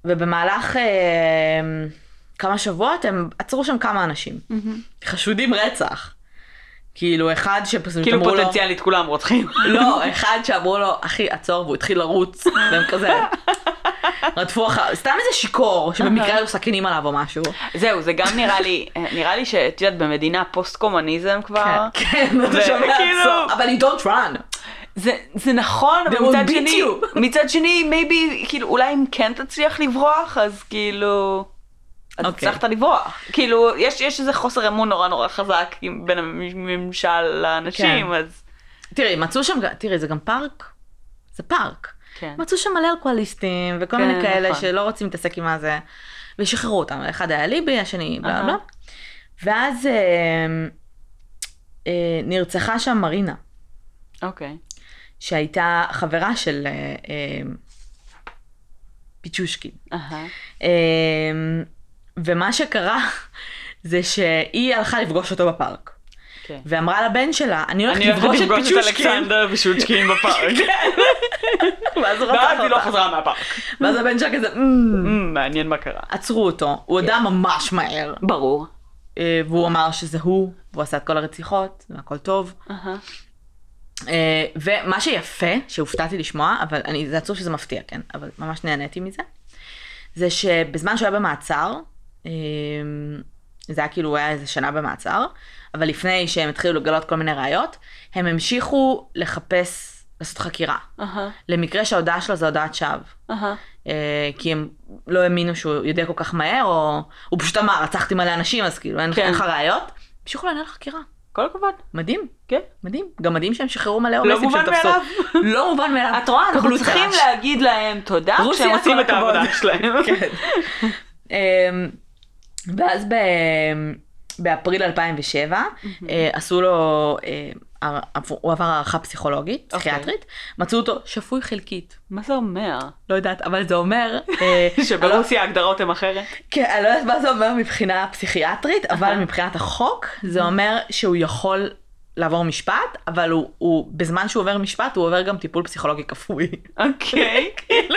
ובמהלך אה, כמה שבועות הם עצרו שם כמה אנשים. חשודים רצח. כאילו אחד שפשוט כאילו אמרו לו... פוטנציאלית כולם רוצחים. לא, אחד שאמרו לו, אחי, עצור, והוא התחיל לרוץ, והם כזה... רדפו אחר... סתם איזה שיכור, שבמקרה היו סכינים עליו או משהו. זהו, זה גם נראה לי, אה, נראה לי שאת יודעת, במדינה פוסט-קומוניזם כבר, כן, זה אתה שומע, אה. כאילו- עצור, אבל you don't run. זה, זה נכון, They אבל will מצד beat שני, you. מצד שני, מייבי, כאילו, אולי אם כן תצליח לברוח, אז כאילו, אז אוקיי. הצלחת לברוח. כאילו, יש, יש איזה חוסר אמון נורא נורא חזק עם, בין הממשל לאנשים, כן. אז... תראי, מצאו שם, ג- תראי, זה גם פארק. זה פארק. כן. מצאו שם מלא אלכוהוליסטים, וכל כן, מיני כאלה נכון. שלא רוצים להתעסק עם הזה, ושחררו אותם. אחד היה ליבי, השני בלה אהה. בלה. ואז אה, אה, נרצחה שם מרינה. אוקיי. שהייתה חברה של אה, אה, פיצ'ושקין. אהה. אה, ומה שקרה זה שהיא הלכה לפגוש אותו בפארק. כן. ואמרה לבן שלה, אני הולכת אני הולכת לפגוש את לפגוש את פיצ'ושקין. אלכסנדר ושוצ'קין בפארק. ואז הוא רצח ואז היא לא אותה. חזרה מהפארק. ואז הבן שלה כזה, "אמ". אמ, מעניין מה קרה. עצרו אותו. הוא כן. הודה ממש מהר. ברור. אה, והוא אמר שזה הוא, והוא עשה את כל הרציחות, והכל טוב. אהה. אה, ומה שיפה, שהופתעתי לשמוע, אבל אני, זה עצוב שזה מפתיע, כן? אבל ממש נהניתי מזה, זה שבזמן שהוא היה במעצר, אה, זה היה כאילו, הוא היה איזה שנה במעצר, אבל לפני שהם התחילו לגלות כל מיני ראיות, הם המשיכו לחפש, לעשות חקירה. אהה. למקרה שההודעה שלו זה הודעת שווא. אהה. אה, כי הם לא האמינו שהוא יודע כל כך מהר, או הוא פשוט אמר, רצחתי מלא אנשים, אז כאילו, אין כן. אין לך ראיות. המשיכו לנהל חקירה. כל הכבוד. מדהים. כן. מדהים. גם מדהים שהם שחררו מלא לא הומלסים מובן שהם תפסו. מאליו. לא מובן מאליו. את רואה, אנחנו קבלו צריכים צל"ש. להגיד להם תודה רוסיה, כשהם עושים כל את העבודה הכבוד. שלהם. כן. אמ, ואז ב- באפריל 2007 אה, עשו לו, אה, הר- הוא עבר הערכה פסיכולוגית, אוקיי. פסיכיאטרית, מצאו אותו שפוי חלקית. מה זה אומר? לא יודעת, אבל זה אומר... אה, אני לא- שברוסיה ההגדרות הן אחרת? כן, אני לא יודעת מה זה אומר מבחינה פסיכיאטרית, אבל מבחינת החוק, זה אומר שהוא יכול לעבור משפט, אבל הוא, הוא, בזמן שהוא עובר משפט, הוא עובר גם טיפול פסיכולוגי כפוי. אוקיי, כאילו,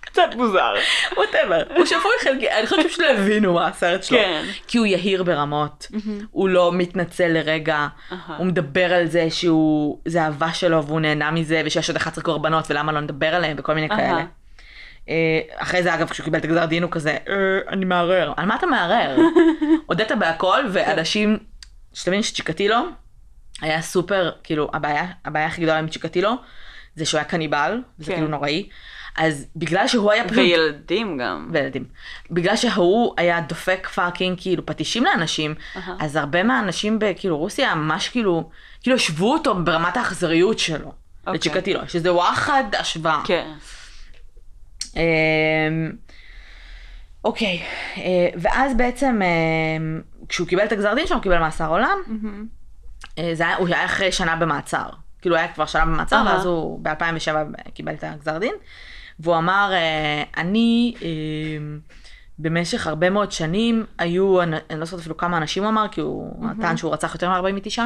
קצת מוזר. ווטאבר. הוא שפוי חלקי, אני חושבת שפשוט לא הבינו מה הסרט שלו. כן. כי הוא יהיר ברמות, הוא לא מתנצל לרגע, אהה. הוא מדבר על זה שהוא, זה אהבה שלו והוא נהנה מזה, ושיש עוד 11 קורבנות ולמה לא נדבר עליהם וכל מיני אהה. כאלה. אה, אחרי זה אגב כשהוא קיבל את הגזר דין הוא כזה "אה, אני מערער על מה אתה מערער הודית כן. בהכל ואנשים שתבין שצ'יקטילו היה סופר כאילו הבעיה הבעיה הכי גדולה עם צ'יקטילו זה שהוא היה קניבל זה כן. כאילו נוראי אז בגלל שהוא היה פשוט וילדים גם. וילדים. בגלל שההוא היה דופק פאקינג כאילו פטישים לאנשים, אהה. אז הרבה מהאנשים בכאילו רוסיה ממש כאילו, כאילו השוו אותו ברמת האכזריות שלו. אוקיי. לצ'יקטילו, שזה וואחד השוואה. כן. אמ, אוקיי, אה, ואז בעצם אמ, כשהוא קיבל את הגזר דין שלו, הוא קיבל מאסר עולם, מהמם. אה, זה היה, הוא היה אחרי שנה במעצר. כאילו הוא היה כבר שנה במעצר, אהה. ואז הוא ב-2007 קיבל את הגזר דין. והוא אמר, אה, אני אה, במשך הרבה מאוד שנים היו, אנ- אני לא זוכרת אפילו כמה אנשים הוא אמר, כי הוא טען שהוא רצח יותר מ-49.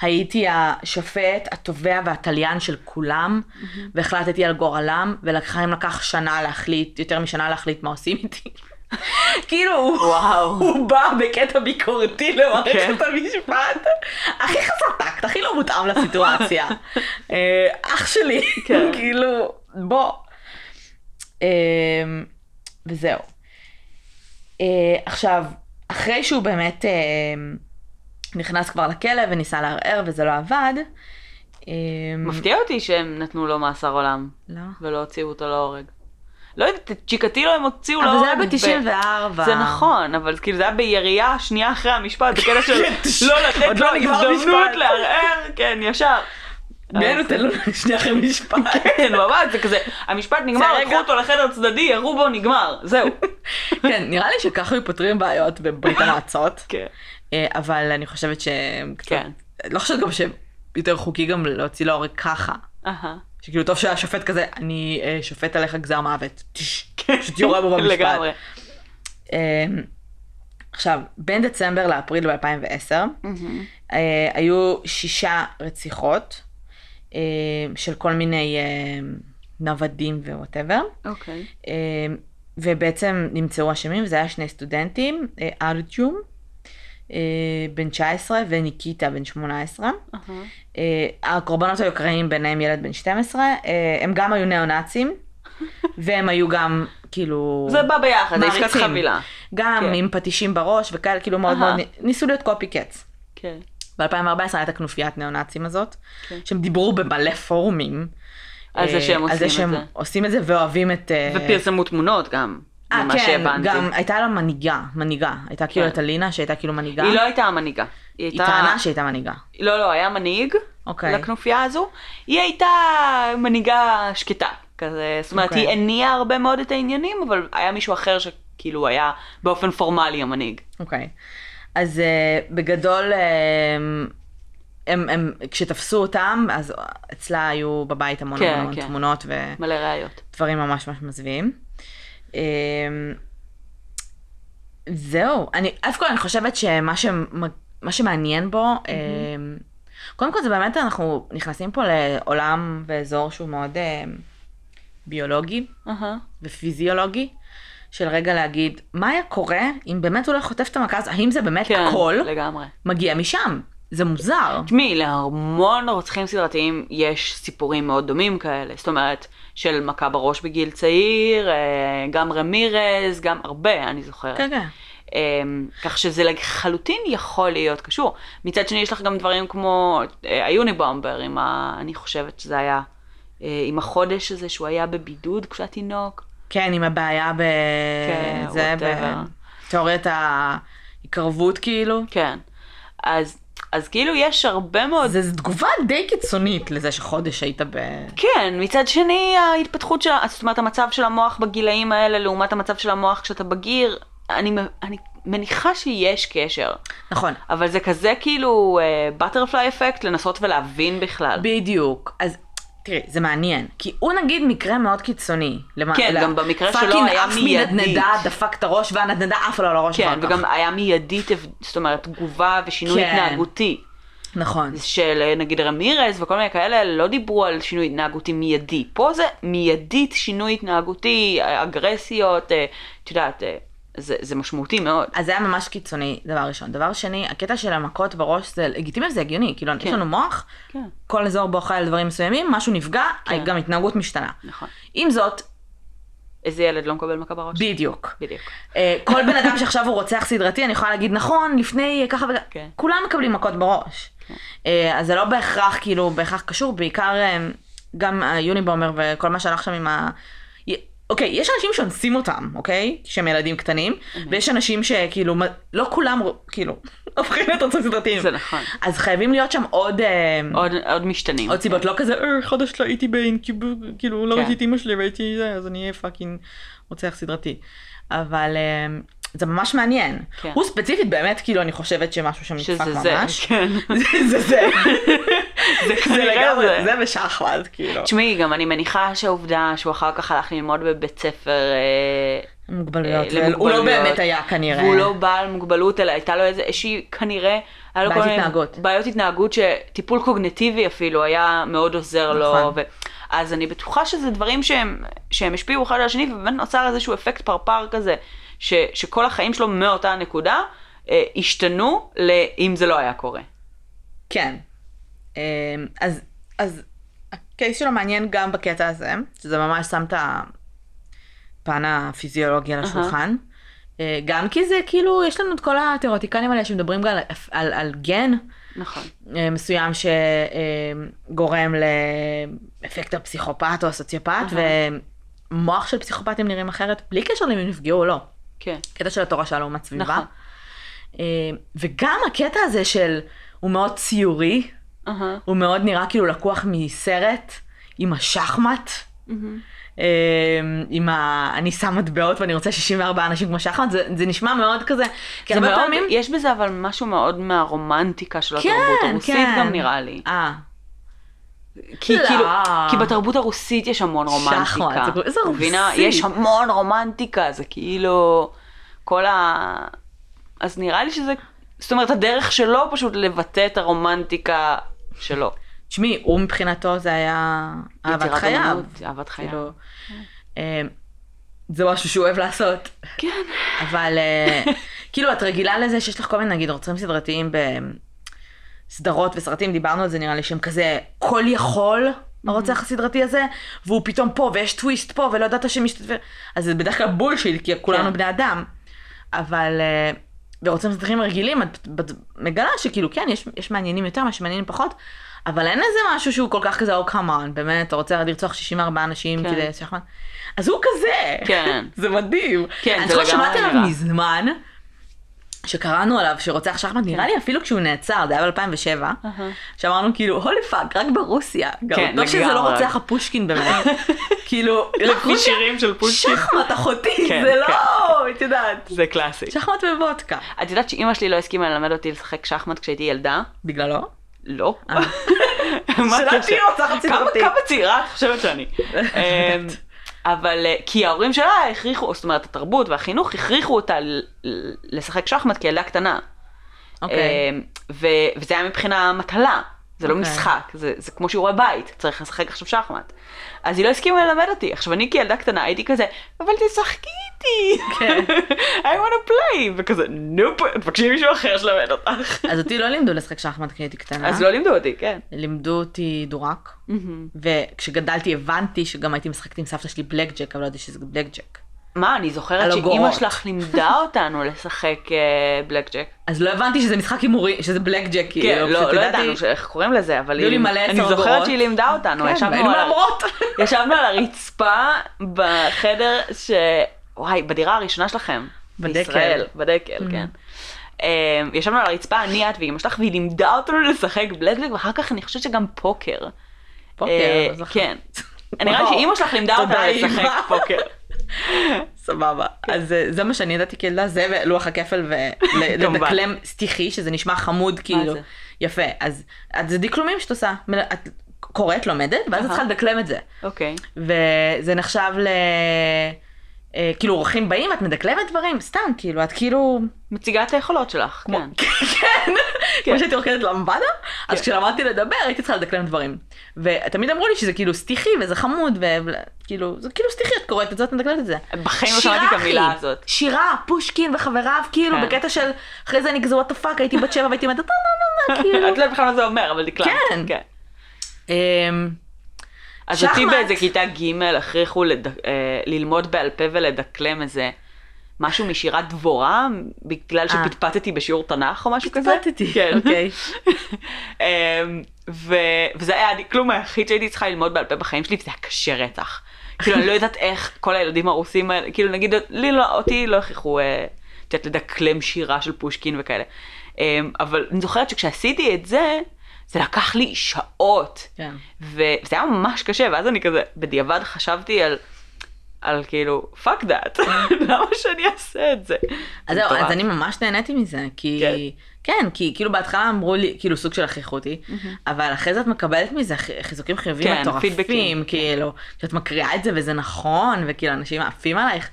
הייתי השופט, התובע והתליין של כולם, והחלטתי על גורלם, ולכן לקח שנה להחליט, יותר משנה להחליט מה עושים איתי. כאילו, הוא- וואו. הוא בא בקטע ביקורתי למערכת כן. המשפט. הכי חסר טקט, הכי לא מותאם לסיטואציה. אה, אח שלי, כן. כאילו, בוא. אה, וזהו. אה, עכשיו, אחרי שהוא באמת אה, נכנס כבר לכלא וניסה לערער וזה לא עבד, אה, לא. מפתיע אותי שהם נתנו לו מאסר עולם, למה? ולא הוציאו אותו להורג. לא יודעת, את צ'יקטילו הם הוציאו להורג. אבל זה היה ב- ב-94. זה נכון, אבל כאילו זה היה בירייה שנייה אחרי המשפט, בקטע של כן, לא לתת עוד לא לו נגמר הזדמנות המשפט. לערער, כן, ישר. מי אז- נותן לו שנייה אחרי משפט? כן, ממש, זה כזה, המשפט נגמר, לא- זה לקחו הרגע. אותו לחדר צדדי, ירו בו, נגמר, זהו. כן, נראה לי שככה פותרים בעיות בברית המועצות. כן. אה, אבל אני חושבת שהם קצת... כן. לא חושבת גם שהם יותר חוקי גם להוציא להורג ככה. אהה. שכאילו טוב שהיה שופט כזה, אני אה, שופט עליך גזר מוות. טש, פשוט יורה בו במשפט. כן. לגמרי. אה, עכשיו, בין דצמבר לאפריל ב-2010, אה, מהמם. היו שישה רציחות אה, של כל מיני אה, נוודים ווואטאבר. אוקיי. אה, ובעצם נמצאו אשמים, וזה היה שני סטודנטים, אה, ארג'ום, אה, בן 19 וניקיטה בן 18. אהה. אה, הקורבנות היו קראים ביניהם ילד בן 12, אה, הם גם היו ניאו-נאצים, והם היו גם כאילו... זה בא ביחד, זה עסקת מעריצים. חבילה. גם כן. עם פטישים בראש וכאלה, כאילו מאוד אהה. מאוד ניסו להיות קופי קץ. כן. ב-2014 הייתה כנופיית ניאו-נאצים הזאת, כן. שהם דיברו במלא פורומים. על זה אה, שהם על זה עושים את שהם זה. עושים את זה ואוהבים את... אה, ופרסמו תמונות גם, אה, ממה כן, שהבנתי. גם הייתה לה מנהיגה, מנהיגה. הייתה כאילו כן. את אלינה שהייתה כאילו מנהיגה. היא לא הייתה המנהיגה. היא היא הייתה... טענה שהייתה מנהיגה. לא, לא, היה מנהיג אוקיי. לכנופיה הזו. היא הייתה מנהיגה שקטה. כזה, זאת אומרת, אוקיי. היא הניעה הרבה מאוד את העניינים, אבל היה מישהו אחר שכאילו היה באופן פורמלי המנהיג. אוקיי. אז uh, בגדול, uh, הם, הם, כשתפסו אותם, אז אצלה היו בבית המון כן, המון המון כן. תמונות מלא ראיות. ודברים ממש ממש מזוויעים. Um, זהו, אני, אף כל אני חושבת שמה שמ- מה שמעניין בו, mm-hmm. קודם כל זה באמת, אנחנו נכנסים פה לעולם ואזור שהוא מאוד um, ביולוגי. אהה. ופיזיולוגי, של רגע להגיד, מה היה קורה אם באמת הוא לא חוטף את המכה הזאת? האם זה באמת כן, הכל לגמרי. מגיע משם? זה מוזר. תשמעי, להמון רוצחים סדרתיים יש סיפורים מאוד דומים כאלה. זאת אומרת, של מכה בראש בגיל צעיר, אה, גם רמירז, גם הרבה, אני זוכרת. כן, כן. אמ, כך שזה לחלוטין יכול להיות קשור. מצד שני, יש לך גם דברים כמו אה, היוניבומבר, עם ה... אני חושבת שזה היה, אה, עם החודש הזה שהוא היה בבידוד כשהיה תינוק. כן, עם הבעיה ב... כן, זה whatever. בתיאוריית ההתקרבות כאילו. כן. אז, אז כאילו יש הרבה מאוד... זה... זו זו תגובה די קיצונית לזה שחודש היית ב... כן, מצד שני, ההתפתחות של... ה- זאת אומרת, המצב של המוח בגילאים האלה לעומת המצב של המוח כשאתה בגיר, אני, מ- אני מניחה שיש קשר, נכון. אבל זה כזה כאילו בטרפליי אפקט לנסות ולהבין בכלל. בדיוק. אז תראי, זה מעניין. כי הוא נגיד מקרה מאוד קיצוני. למע... כן, ל- גם במקרה שלו פאקינג היה עף מיידית. מנדנדה, דפק את הראש, והנדנדה עפה לו על הראש נכון. כן, אחר כך. וגם היה מיידית, זאת אומרת, תגובה ושינוי כן. התנהגותי. נכון. של אה, נגיד רמירז וכל מיני כאלה, לא דיברו על שינוי התנהגותי מיידי. פה זה מיידית שינוי התנהגותי, אה, אגרסיות, אה, את יודעת, אה, זה, זה משמעותי מאוד. אז זה היה ממש קיצוני, דבר ראשון. דבר שני, הקטע של המכות בראש זה לגיטימי וזה הגיוני. כאילו, כן. יש לנו מוח, כן. כל אזור בו חי על דברים מסוימים, משהו נפגע, כן. גם התנהגות משתנה. נכון. עם זאת, איזה ילד לא מקבל מכה בראש? בדיוק. בדיוק. אה, כל בן אדם שעכשיו הוא רוצח סדרתי, אני יכולה להגיד נכון, לפני ככה וככה, כן. כולם מקבלים מכות בראש. אה, אז זה לא בהכרח, כאילו, בהכרח קשור, בעיקר אה, גם היוניבומר וכל מה שהלך שם עם ה... י- אוקיי, יש אנשים שאונסים אותם, אוקיי? שהם ילדים קטנים, ויש אנשים שכאילו, מ- לא כולם, כאילו, הופכים להיות רוצחים סדרתיים. זה נכון. אז חייבים להיות שם עוד... אה, עוד, עוד משתנים. עוד סיבות, לא כזה, "אה, חודש לא הייתי באינקיובור, כאילו לא כן. ראיתי את אמא שלי והייתי זה, אז אני אהיה פאקינג רוצח סדרתי. אבל אה, זה ממש מעניין. כן. הוא ספציפית באמת, כאילו, אני חושבת שמשהו שם נדפק שזה זה, ממש. כן. זה זה זה זה. זה כנראה לגמרי, זה. זה ושחמט, כאילו. תשמעי, גם אני מניחה שהעובדה שהוא אחר כך הלך ללמוד בבית ספר אה, מוגבלויות, אה, הוא לא למוגבלויות. באמת היה כנראה. והוא לא בעל מוגבלות, אלא הייתה לו איזה- איזושהי, כנראה, היה לו בעיות כל מיני התנהגות. בעיות התנהגות, שטיפול קוגנטיבי אפילו היה מאוד עוזר לו. נכון. ו... אז אני בטוחה שזה דברים שהם, שהם השפיעו אחד על השני, ובאמת נוצר איזשהו אפקט פרפר כזה, ש, שכל החיים שלו מאותה הנקודה אה, השתנו לאם זה לא היה קורה. כן. אה, אז, אז הקייס שלו מעניין גם בקטע הזה, שזה ממש שם את הפן הפיזיולוגי על השולחן. אה, גם כי זה כאילו, יש לנו את כל התיאורטיקנים האלה שמדברים גם על, על, על גן נכון. אה, מסוים שגורם לאפקט הפסיכופת או הסוציופת, ומוח של פסיכופטים נראים אחרת, בלי קשר למי נפגעו או לא. כן. קטע של התורה של לעומת סביבה. נכון. אה, וגם הקטע הזה של, הוא מאוד ציורי, אהה. הוא מאוד נראה כאילו לקוח מסרט עם השחמט. מהמם. אה, עם ה... אני שם מטבעות ואני רוצה 64 אנשים כמו שחמט, זה, זה נשמע מאוד כזה, כי זה הרבה מאוד- פעמים... יש בזה אבל משהו מאוד מהרומנטיקה של כן, התרבות הרוסית כן. גם נראה לי. אה, כי לא. כאילו, כי בתרבות הרוסית יש המון רומנטיקה. שחמט, זה- איזה את מבינה? רוסית. יש המון רומנטיקה, זה כאילו, כל ה... אז נראה לי שזה, זאת אומרת, הדרך שלו פשוט לבטא את הרומנטיקה שלו. תשמעי, הוא מבחינתו זה היה אהבת יצירת חייו. אומנות, אהבת חייו. כאילו, אה, זה משהו שהוא אוהב לעשות. כן. אבל אה, כאילו את רגילה לזה שיש לך כל מיני נגיד רוצחים סדרתיים בסדרות וסרטים, דיברנו על זה נראה לי שהם כזה כל יכול Mhm. הרוצח הסדרתי הזה, והוא פתאום פה ויש טוויסט פה ולא ידעת שמשתתף, אז זה בדרך כלל בולשיט כי כולנו כן. בני אדם, אבל אה, ברוצחים סדרתיים רגילים את את מגלה שכאילו כן יש, יש מעניינים יותר מה שמעניינים פחות. אבל אין איזה משהו שהוא כל כך כזה, או קאמון, באמת, אתה רוצה לרצוח 64 אנשים כן. כדי שחמט? אז הוא כזה! כן. זה מדהים. כן, אני זה זוכרת לגמרי שמעתי עליו נראה. מזמן, שקראנו עליו שרוצח שחמט, נראה לי אפילו כשהוא נעצר, זה היה ב-2007, שאמרנו כאילו, הולי פאק, רק ברוסיה. גם כן, טוב שזה לא לגמרי. רוצח הפושקין באמת. כאילו, לפי ברוסיה, שירים של פושקין. שחמט אחותי, כן, זה לא, את יודעת. זה קלאסי. שחמט וודקה. את יודעת שאימא שלי לא הסכימה ללמד אותי לשחק שחמט כשהייתי ילדה? בגללו? לא. אה. מה שאלה הקשר? שהיא רוצחת סדרתית. כמה- כמה צעירה את חושבת שאני? אמ, אבל אה, כי ההורים שלה הכריחו, זאת אומרת התרבות והחינוך הכריחו אותה ל- ל- לשחק שחמט כילדה קטנה. אוקיי. אמ, ו- וזה היה מבחינה מטלה, זה לא אוקיי. משחק, זה זה כמו שיעורי בית, צריך לשחק עכשיו שחמט. אז היא לא הסכימה ללמד אותי. עכשיו אני כילדה קטנה הייתי כזה, אבל תשחקי איתי. כן. I want to play. וכזה, נופ, תבקשי מישהו אחר שלמד אותך. אז אותי לא לימדו לשחק שחמט כשהייתי קטנה. אז לא לימדו אותי, כן. לימדו אותי דורק, וכשגדלתי הבנתי שגם הייתי משחקת עם סבתא שלי בלק ג'ק, אבל לא ידעתי שזה בלק ג'ק. מה, אני זוכרת על שאימא הגורות. שלך לימדה אותנו לשחק אה, בלק ג'ק. אז לא הבנתי שזה משחק הימורי, שזה בלק ג'ק, כן, כאילו, לא פשוט לא ידעתי- ידענו ש- איך קוראים לזה, אבל היו לי היא- מלא אני עשר זוכרת אגורות. שהיא לימדה אותנו, כן, ישבנו והיינו על ה- מהמרות. ישבנו על הרצפה בחדר ש... וואי, בדירה הראשונה שלכם. בדקל. Mm. בישראל, בדקל, כן. אה, ישבנו על הרצפה, אני, את ואימא שלך, והיא לימדה אותנו לשחק בלק ג'ק, ואחר כך אני חושבת שגם פוקר. פוקר, אה, לא זוכרת. כן. נראה לי וואו. שאימא שלך לימדה תודה, אותנו לשחק אימא. פוקר. סבבה. אז אה, זה מה שאני ידעתי כילדה, זה ולוח הכפל כמובן. ולדקלם סטיחי, שזה נשמע חמוד כאילו. זה? יפה, אז אז זה דקלומים שאת עושה. מל- את קוראת, לומדת, ואז את אהה. צריכה לדקלם את זה. אוקיי. וזה נחשב ל... אה, כאילו אורחים באים, את מדקלמת דברים, סתם, כאילו, את כאילו... מציגה את היכולות שלך, כמו- כן. כן, כמו שהייתי רוקדת למבדה, אז כשלמדתי לדבר הייתי צריכה לדקלם דברים. ותמיד אמרו לי שזה כאילו סטיחי וזה חמוד, וכאילו, זה כאילו סטיחי, את קוראת את זה, את מדקלמת את זה. בחיים לא שמעתי את המילה הזאת. שירה, פושקין וחבריו, כאילו, כן. בקטע של אחרי זה אני כזה וואטה פאק, הייתי בת שבע והייתי מתה, טה טה טה טה, כאילו. את לא יודעת בכלל מה זה אומר, אבל דקלמת. כן. אמ, אז שחמט. אותי באיזה כיתה ג' הכריחו לד- אה, ללמוד בעל פה ולדקלם איזה משהו משירת דבורה, בגלל אה. שפטפטתי בשיעור תנ"ך או משהו כזה. פטפטתי, כן. אוקיי. אמ, ו- וזה היה הכלום היחיד שהייתי צריכה ללמוד בעל פה בחיים שלי, וזה היה קשה רצח. כאילו, אני לא יודעת איך כל הילדים הרוסים האלה, כאילו, נגיד, לי לא, אותי לא הכריחו, אה, את יודעת, לדקלם שירה של פושקין וכאלה. אמ, אבל אני זוכרת שכשעשיתי את זה, זה לקח לי שעות. כן. וזה היה ממש קשה, ואז אני כזה, בדיעבד חשבתי על, על כאילו, פאק דאט, למה שאני אעשה את זה? כן. אז זה זהו, מטורף. אז אני ממש נהניתי מזה, כי... כן. כן, כי כאילו בהתחלה אמרו לי, כאילו סוג של הכריחו אותי, אבל אחרי זה את מקבלת מזה ח- חיזוקים חיוביים כן, מטורפים, פידבקים, כאילו, כשאת מקריאה את זה וזה נכון, וכאילו אנשים עפים עלייך,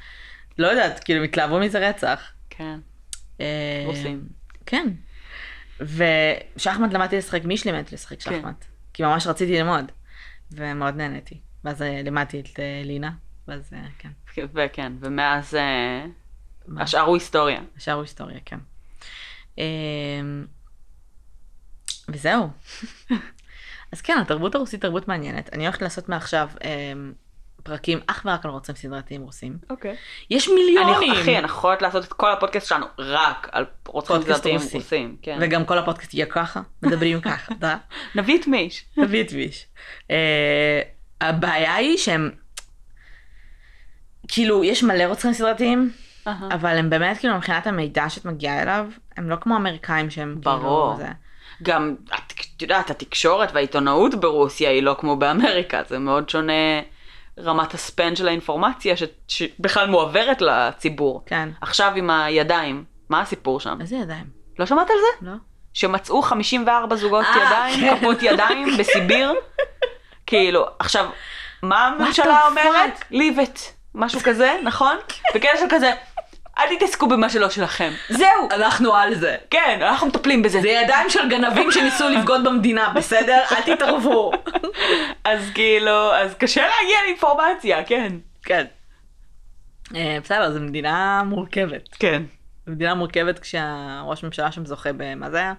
לא יודעת, כאילו מתלהבו מזה רצח. כן, אה, רוסים. כן. ושחמט למדתי לשחק, מי שלימד אותי לשחק כן. שחמט? כי ממש רציתי ללמוד, ומאוד נהניתי. ואז אה, לימדתי את אה, לינה, ואז אה, כן, וכן, ומאז אה, מה? השאר הוא היסטוריה. השאר הוא היסטוריה, כן. אמ, וזהו. אז כן, התרבות הרוסית תרבות מעניינת. אני הולכת לעשות מעכשיו אמ, פרקים אך ורק על רוצים סדרתיים רוסים. אוקיי. יש מיליונים! אחי, אנחנו יכולות לעשות את כל הפודקאסט שלנו רק על רוצחים פודקאסט מזרתיים רוסי. רוסים. כן. וגם כל הפודקאסט יהיה ככה, מדברים ככה, אתה? נביא את מיש. תביא את ויש. אה, הבעיה היא שהם... כאילו, יש מלא רוצחים סדרתיים, אהה. אבל הם באמת, כאילו, מבחינת המידע שאת מגיעה אליו, הם לא כמו אמריקאים שהם כאילו... ברור. זה. גם, את את יודעת, התקשורת והעיתונאות ברוסיה היא לא כמו באמריקה, זה מאוד שונה רמת הספן של האינפורמציה ש- שבכלל מועברת לציבור. כן. עכשיו עם הידיים, מה הסיפור שם? איזה ידיים? לא שמעת על זה? לא. שמצאו 54 זוגות אה, כן. ידיים, כפות ידיים בסיביר? כאילו, עכשיו, מה הממשלה the אומרת? fuck? כן. leave it, משהו כזה, נכון? בקטע של כזה, אל תתעסקו במה שלא שלכם. זהו, אנחנו על זה. כן, אנחנו מטפלים בזה. זה ידיים של גנבים שניסו לבגוד במדינה, בסדר? אל תתערבו. אז כאילו, אז קשה להגיע לאינפורמציה, כן. כן. אה, בסדר, זו מדינה מורכבת. כן. זו מדינה מורכבת כשהראש ממשלה שם זוכה ב... מה זה היה?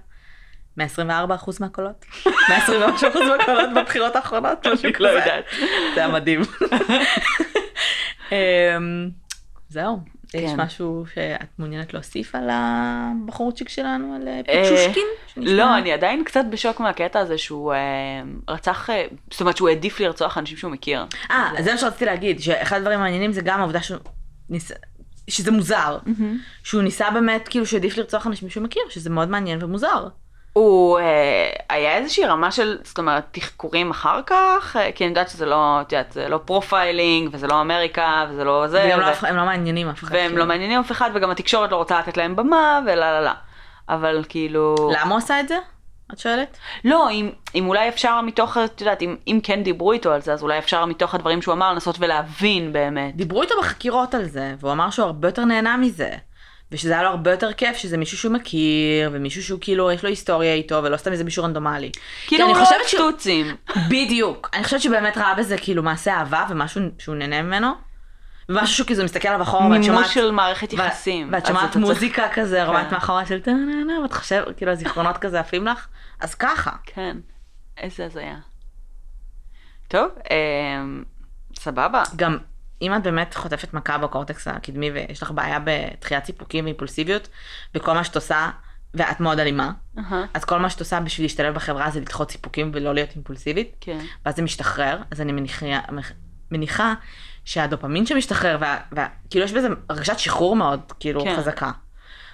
124% מהקולות? 123% מהקולות בבחירות האחרונות? משהו אני לא כזה. יודעת. זה היה מדהים. אמ, זהו. יש כן. משהו שאת מעוניינת להוסיף על הבחורצ'יק שלנו, על אה, אה, פיצ'ושקין? שנשמע? לא, אני עדיין קצת בשוק מהקטע הזה שהוא אה, רצח, אה, זאת אומרת שהוא העדיף לרצוח אנשים שהוא מכיר. אה, אז זה מה שרציתי להגיד, שאחד הדברים המעניינים זה גם העובדה שהוא ניסה, שזה מוזר. Mm-hmm. שהוא ניסה באמת, כאילו, שעדיף לרצוח אנשים שהוא מכיר, שזה מאוד מעניין ומוזר. הוא אה, היה איזושהי רמה של, זאת אומרת, תחקורים אחר כך, אה, כי אני יודעת שזה לא, את יודעת, זה לא פרופיילינג, וזה לא אמריקה, וזה לא זה, וגם לא ו- אף- הם לא מעניינים אף אחד. והם כאילו. לא מעניינים אף אחד, וגם התקשורת לא רוצה לתת להם במה, ולה לה לה. אבל כאילו... למה הוא עשה את זה? את שואלת? לא, אם, אם אולי אפשר מתוך, את יודעת, אם, אם כן דיברו איתו על זה, אז אולי אפשר מתוך הדברים שהוא אמר לנסות ולהבין באמת. דיברו איתו בחקירות על זה, והוא אמר שהוא הרבה יותר נהנה מזה. ושזה היה לו הרבה יותר כיף, שזה מישהו שהוא מכיר, ומישהו שהוא כאילו, יש לו היסטוריה איתו, ולא סתם איזה מישהו רנדומלי. כאילו, אני לא חושבת שהוא- שטוצים. בדיוק. אני חושבת שבאמת ראה בזה כאילו מעשה אהבה, ומשהו שהוא נהנה ממנו. ומשהו שהוא כאילו מסתכל עליו אחורה, ואת שומעת... מימוש של מערכת ואת- יחסים. אז ואת אתה שומעת צריך- מוזיקה כזה, רמת כן. מאחורה של טה-נה-נה, ואת חושבת, כאילו הזיכרונות כזה עפים לך, אז ככה. כן, איזה הזיה. טוב, אמ, סבבה. גם אם את באמת חוטפת מכה בקורטקס הקדמי ויש לך בעיה בדחיית סיפוקים ואימפולסיביות, בכל מה שאת עושה, ואת מאוד אלימה, אהה, אז כל מה שאת עושה בשביל להשתלב בחברה זה לדחות סיפוקים ולא להיות אימפולסיבית, כן. ואז זה משתחרר, אז אני מניחה, מניחה שהדופמין שמשתחרר, וה- וה- כאילו יש בזה הרגשת שחרור מאוד, כאילו, כן. חזקה.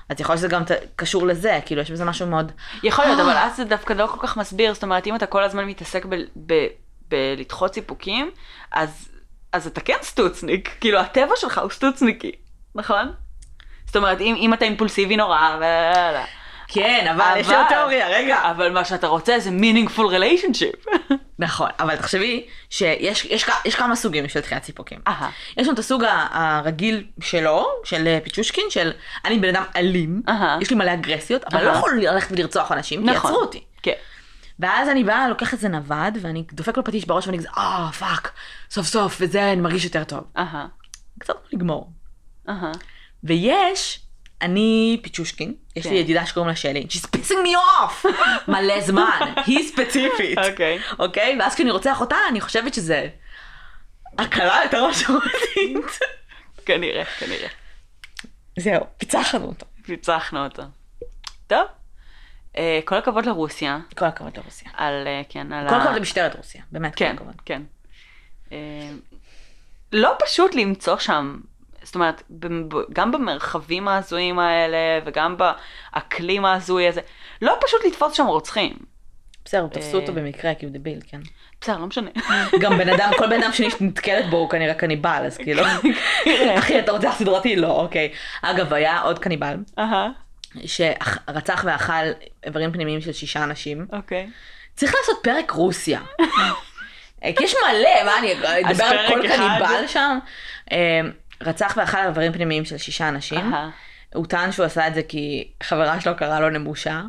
אז יכול להיות שזה גם ת- קשור לזה, כאילו יש בזה משהו מאוד... יכול להיות, אה. אבל אז זה דווקא לא כל כך מסביר, זאת אומרת, אם אתה כל הזמן מתעסק ב- ב- בלדחות סיפוקים, אז אז אתה כן סטוצניק, כאילו הטבע שלך הוא סטוצניקי, נכון? זאת אומרת, אם, אם אתה אימפולסיבי נורא, ו... כן, אבל אה, יש לי עוד תיאוריה, רגע. אבל מה שאתה רוצה זה meaningful relationship. נכון, אבל תחשבי שיש יש, כ- יש כמה סוגים של תחיית סיפוקים. אהה. יש לנו את הסוג ה- הרגיל שלו, של אה, פיצ'ושקין, של אני בן אדם אלים, אהה. יש לי מלא אגרסיות, אבל אהה. לא יכול ללכת ולרצוח אנשים, כי נכון. יעצרו אותי. כן. ואז אני באה, לוקח איזה נווד, ואני דופק לו פטיש בראש ואני כזה, אה, פאק, סוף סוף, וזה, אני מרגיש יותר טוב. אהה. קצת לא לגמור. אהה. ויש, אני פיצ'ושקין, יש כן. לי ידידה שקוראים לה שלי, She's pissing me off! מלא זמן, היא ספציפית. אוקיי. אוקיי? ואז כשאני רוצח אותה, אני חושבת שזה הקלה יותר משמעותית. כנראה, כנראה. זהו, פיצחנו אותו. פיצחנו אותו. טוב. אה, כל הכבוד לרוסיה, כל הכבוד לרוסיה. על, אה, כן, על כל הכבוד למשטרת רוסיה, באמת, כל כן, הכבוד. כן. אה, לא פשוט למצוא שם, זאת אומרת, במ- ב- גם במרחבים ההזויים האלה, וגם באקלים ההזוי הזה, לא פשוט לתפוס שם רוצחים. בסדר, הם תפסו אה. אותו במקרה, כי הוא דביל, כן. בסדר, לא משנה. גם בן אדם, כל בן אדם שני שנתקלת בו הוא כנראה קניבל, אז כאילו, אחי, אתה רוצח סדרתי? לא, אוקיי. אגב, היה עוד קניבל, אהה, שרצח ואכל איברים פנימיים של שישה אנשים. אוקיי. צריך לעשות פרק רוסיה. אה, כי יש מלא, מה אני אז אדבר על פרק כל אחד. קניבל שם? אה, רצח ואכל איברים פנימיים של שישה אנשים. אהה, הוא טען שהוא עשה את זה כי חברה שלו קראה לו נמושה,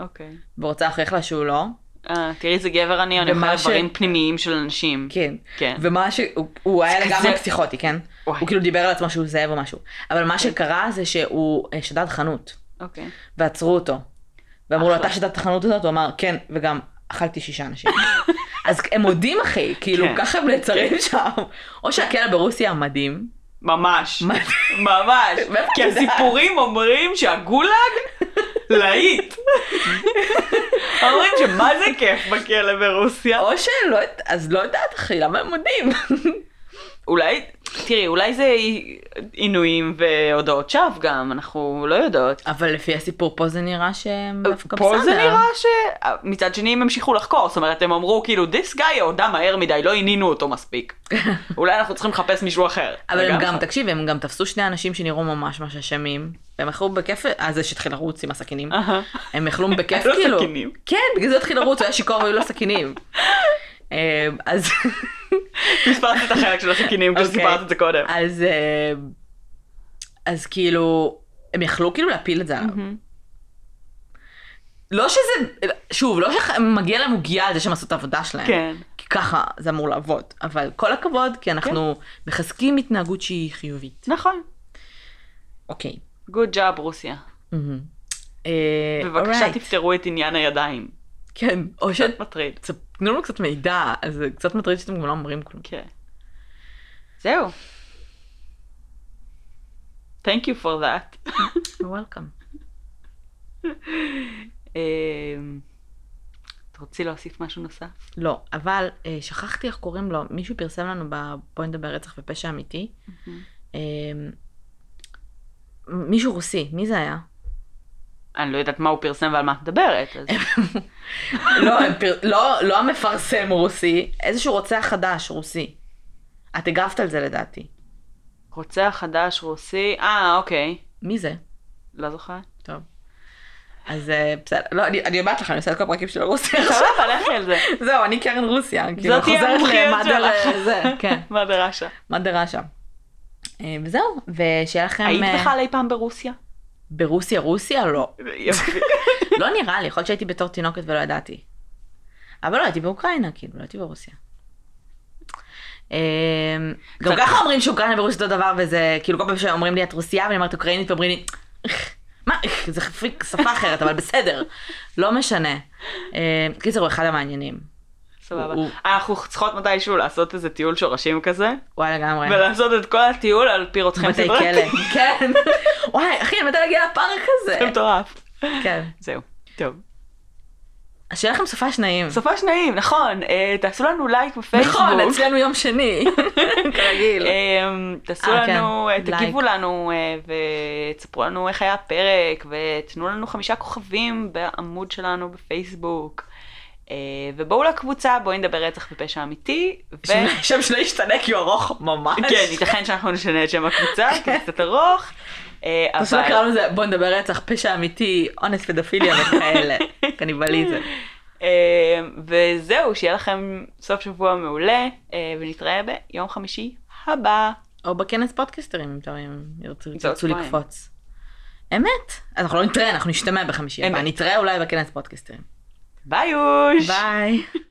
אוקיי. והוא רוצה להוכיח לה שהוא לא. אה, תראי איזה גבר אני, אני ומה אוכל ש- דברים פנימיים של אנשים. כן. כן. ומה ש... הוא- הוא היה כזה- לגמרי פסיכוטי, כן? וואי. הוא כאילו דיבר על עצמו שהוא זאב או משהו. אבל מה שקרה זה שהוא אה, שדד חנות, אוקיי. ועצרו אותו. ואמרו לו, אחלה. אתה שדד את החנות הזאת? הוא אמר, כן, וגם אכלתי שישה אנשים. אז הם מודים אחי, כאילו, כן. ככה הם נעצרים שם. או שהכלא ברוסיה מדהים. ממש. מדהים. ממש. מאיפה כי את יודעת? הסיפורים אומרים שהגולאג להיט. אומרים שמה זה כיף בכלא ברוסיה. או שלא, אז לא יודעת אחי, למה הם מודים? אולי, תראי, אולי זה עינויים והודעות שווא גם, אנחנו לא יודעות. אבל לפי הסיפור פה זה נראה שהם דווקא בסדר. פה זה נראה ש... אה, מצד שני הם המשיכו לחקור, זאת אומרת הם אמרו כאילו this guy הודה מהר מדי, לא עינינו אותו מספיק. אולי אנחנו צריכים לחפש מישהו אחר. אבל זה הם גם, אחד. תקשיב, הם גם תפסו שני אנשים שנראו ממש ממש אשמים. והם יכלו בכיף, אה זה שהתחיל לרוץ עם הסכינים. אהה. אה. הם יכלו בכיף היו לו כאילו. סכינים. כן, בגלל זה הוא התחיל לרוץ, הוא היה שיכור והיו לו סכינים. אה, אז... פספסת את החלק של הסכינים כשסיפרת את זה קודם. אז... אוקיי. אה, אז כאילו, הם יכלו כאילו להפיל את זה עליו. כן. לא שזה, שוב, לא שמגיע להם עוגיה על זה שהם עשו את העבודה שלהם. כן. כי ככה זה אמור לעבוד. אבל כל הכבוד, כי אנחנו מחזקים התנהגות שהיא חיובית. נכון. אוקיי. גוד ג'אב רוסיה. מהמם. אה, בבקשה alright. תפתרו את עניין הידיים. כן, או ש... קצת מטריד. תנו לנו קצת מידע, אז זה קצת מטריד שאתם גם לא אומרים כלום. כן. זהו. Thank you for that. וולקאם. אמ, את רוצי להוסיף משהו נוסף? לא, אבל אה, שכחתי איך קוראים לו, מישהו פרסם לנו ב... בואי נדבר רצח ופשע אמיתי. אה, מישהו רוסי, מי זה היה? אני לא יודעת מה הוא פרסם ועל מה את מדברת. אז... לא, הם פר- לא, לא המפרסם רוסי, איזשהו רוצח חדש רוסי. את הגבת על זה לדעתי. רוצח חדש רוסי, אה אוקיי, מי זה? לא זוכרת. טוב. אז אה, בסדר, לא, אני, אני אומרת לך, אני עושה את כל הפרקים של רוסיה עכשיו. סבבה, לכי לא על זה. זהו, אני קרן רוסיה. כאילו, זאת תהיה חוזרת המומחיות למדע שלך. לזה, כן, מה דרשה? מה דרה שם. אה, וזהו, ושיהיה לכם... היית אה, בכלל אי פעם ברוסיה? ברוסיה רוסיה? לא. יופי. לא נראה לי, יכול להיות שהייתי בתור תינוקת ולא ידעתי. אבל לא, הייתי באוקראינה, כאילו, לא הייתי ברוסיה. אה, גם קצת- ככה אומרים שאוקראינה ורוסיה אותו דבר, וזה כאילו כל פעם שאומרים לי את רוסייה ואני אומרת אוקראינית ואומרים לי, מה, איך, זה חפיק- שפה אחרת, אבל בסדר. לא משנה. אה, קיצר, הוא אחד המעניינים. סבבה. הוא- אנחנו צריכות מתישהו לעשות איזה טיול שורשים כזה, וואי לגמרי. ולעשות את כל הטיול על פי רוצחים אוקיי. בתי סדרתיים. כלא. כן. וואי, אחי, מתי להגיע לפארק הזה? זה מטורף. כן. זהו. טוב. אז שיהיה לכם סופש נעים. סופה שניים, נכון. אה, תעשו לנו לייק בפייסבוק. אה, נכון, אצלנו יום שני. כרגיל. אמ, תעשו אה, לנו, כן. אה, תגיבו לנו אה, ותספרו לנו איך היה הפרק ותנו לנו חמישה כוכבים בעמוד שלנו בפייסבוק. אמ, אה, ובואו לקבוצה, בואי נדבר רצח ופשע אמיתי. ו... שם שלא ישתנה כי הוא ארוך ממש. כן, ייתכן שאנחנו נשנה את שם הקבוצה, כי זה קצת ארוך. אה, פשוט אבל- קראנו לזה בוא נדבר רצח, פשע אמיתי, אונס פדופיליה וכאלה, קניבליזם. אה, וזהו, שיהיה לכם סוף שבוע מעולה, אה, ונתראה ביום חמישי הבא. או בכנס פודקסטרים אם אתם ירצו- בעוד ירצו שבועיים. לקפוץ. אמת, אנחנו לא נתראה, אנחנו נשתמע בחמישי הבא, אמת. נתראה אולי בכנס פודקסטרים. ביי יוש! ביי.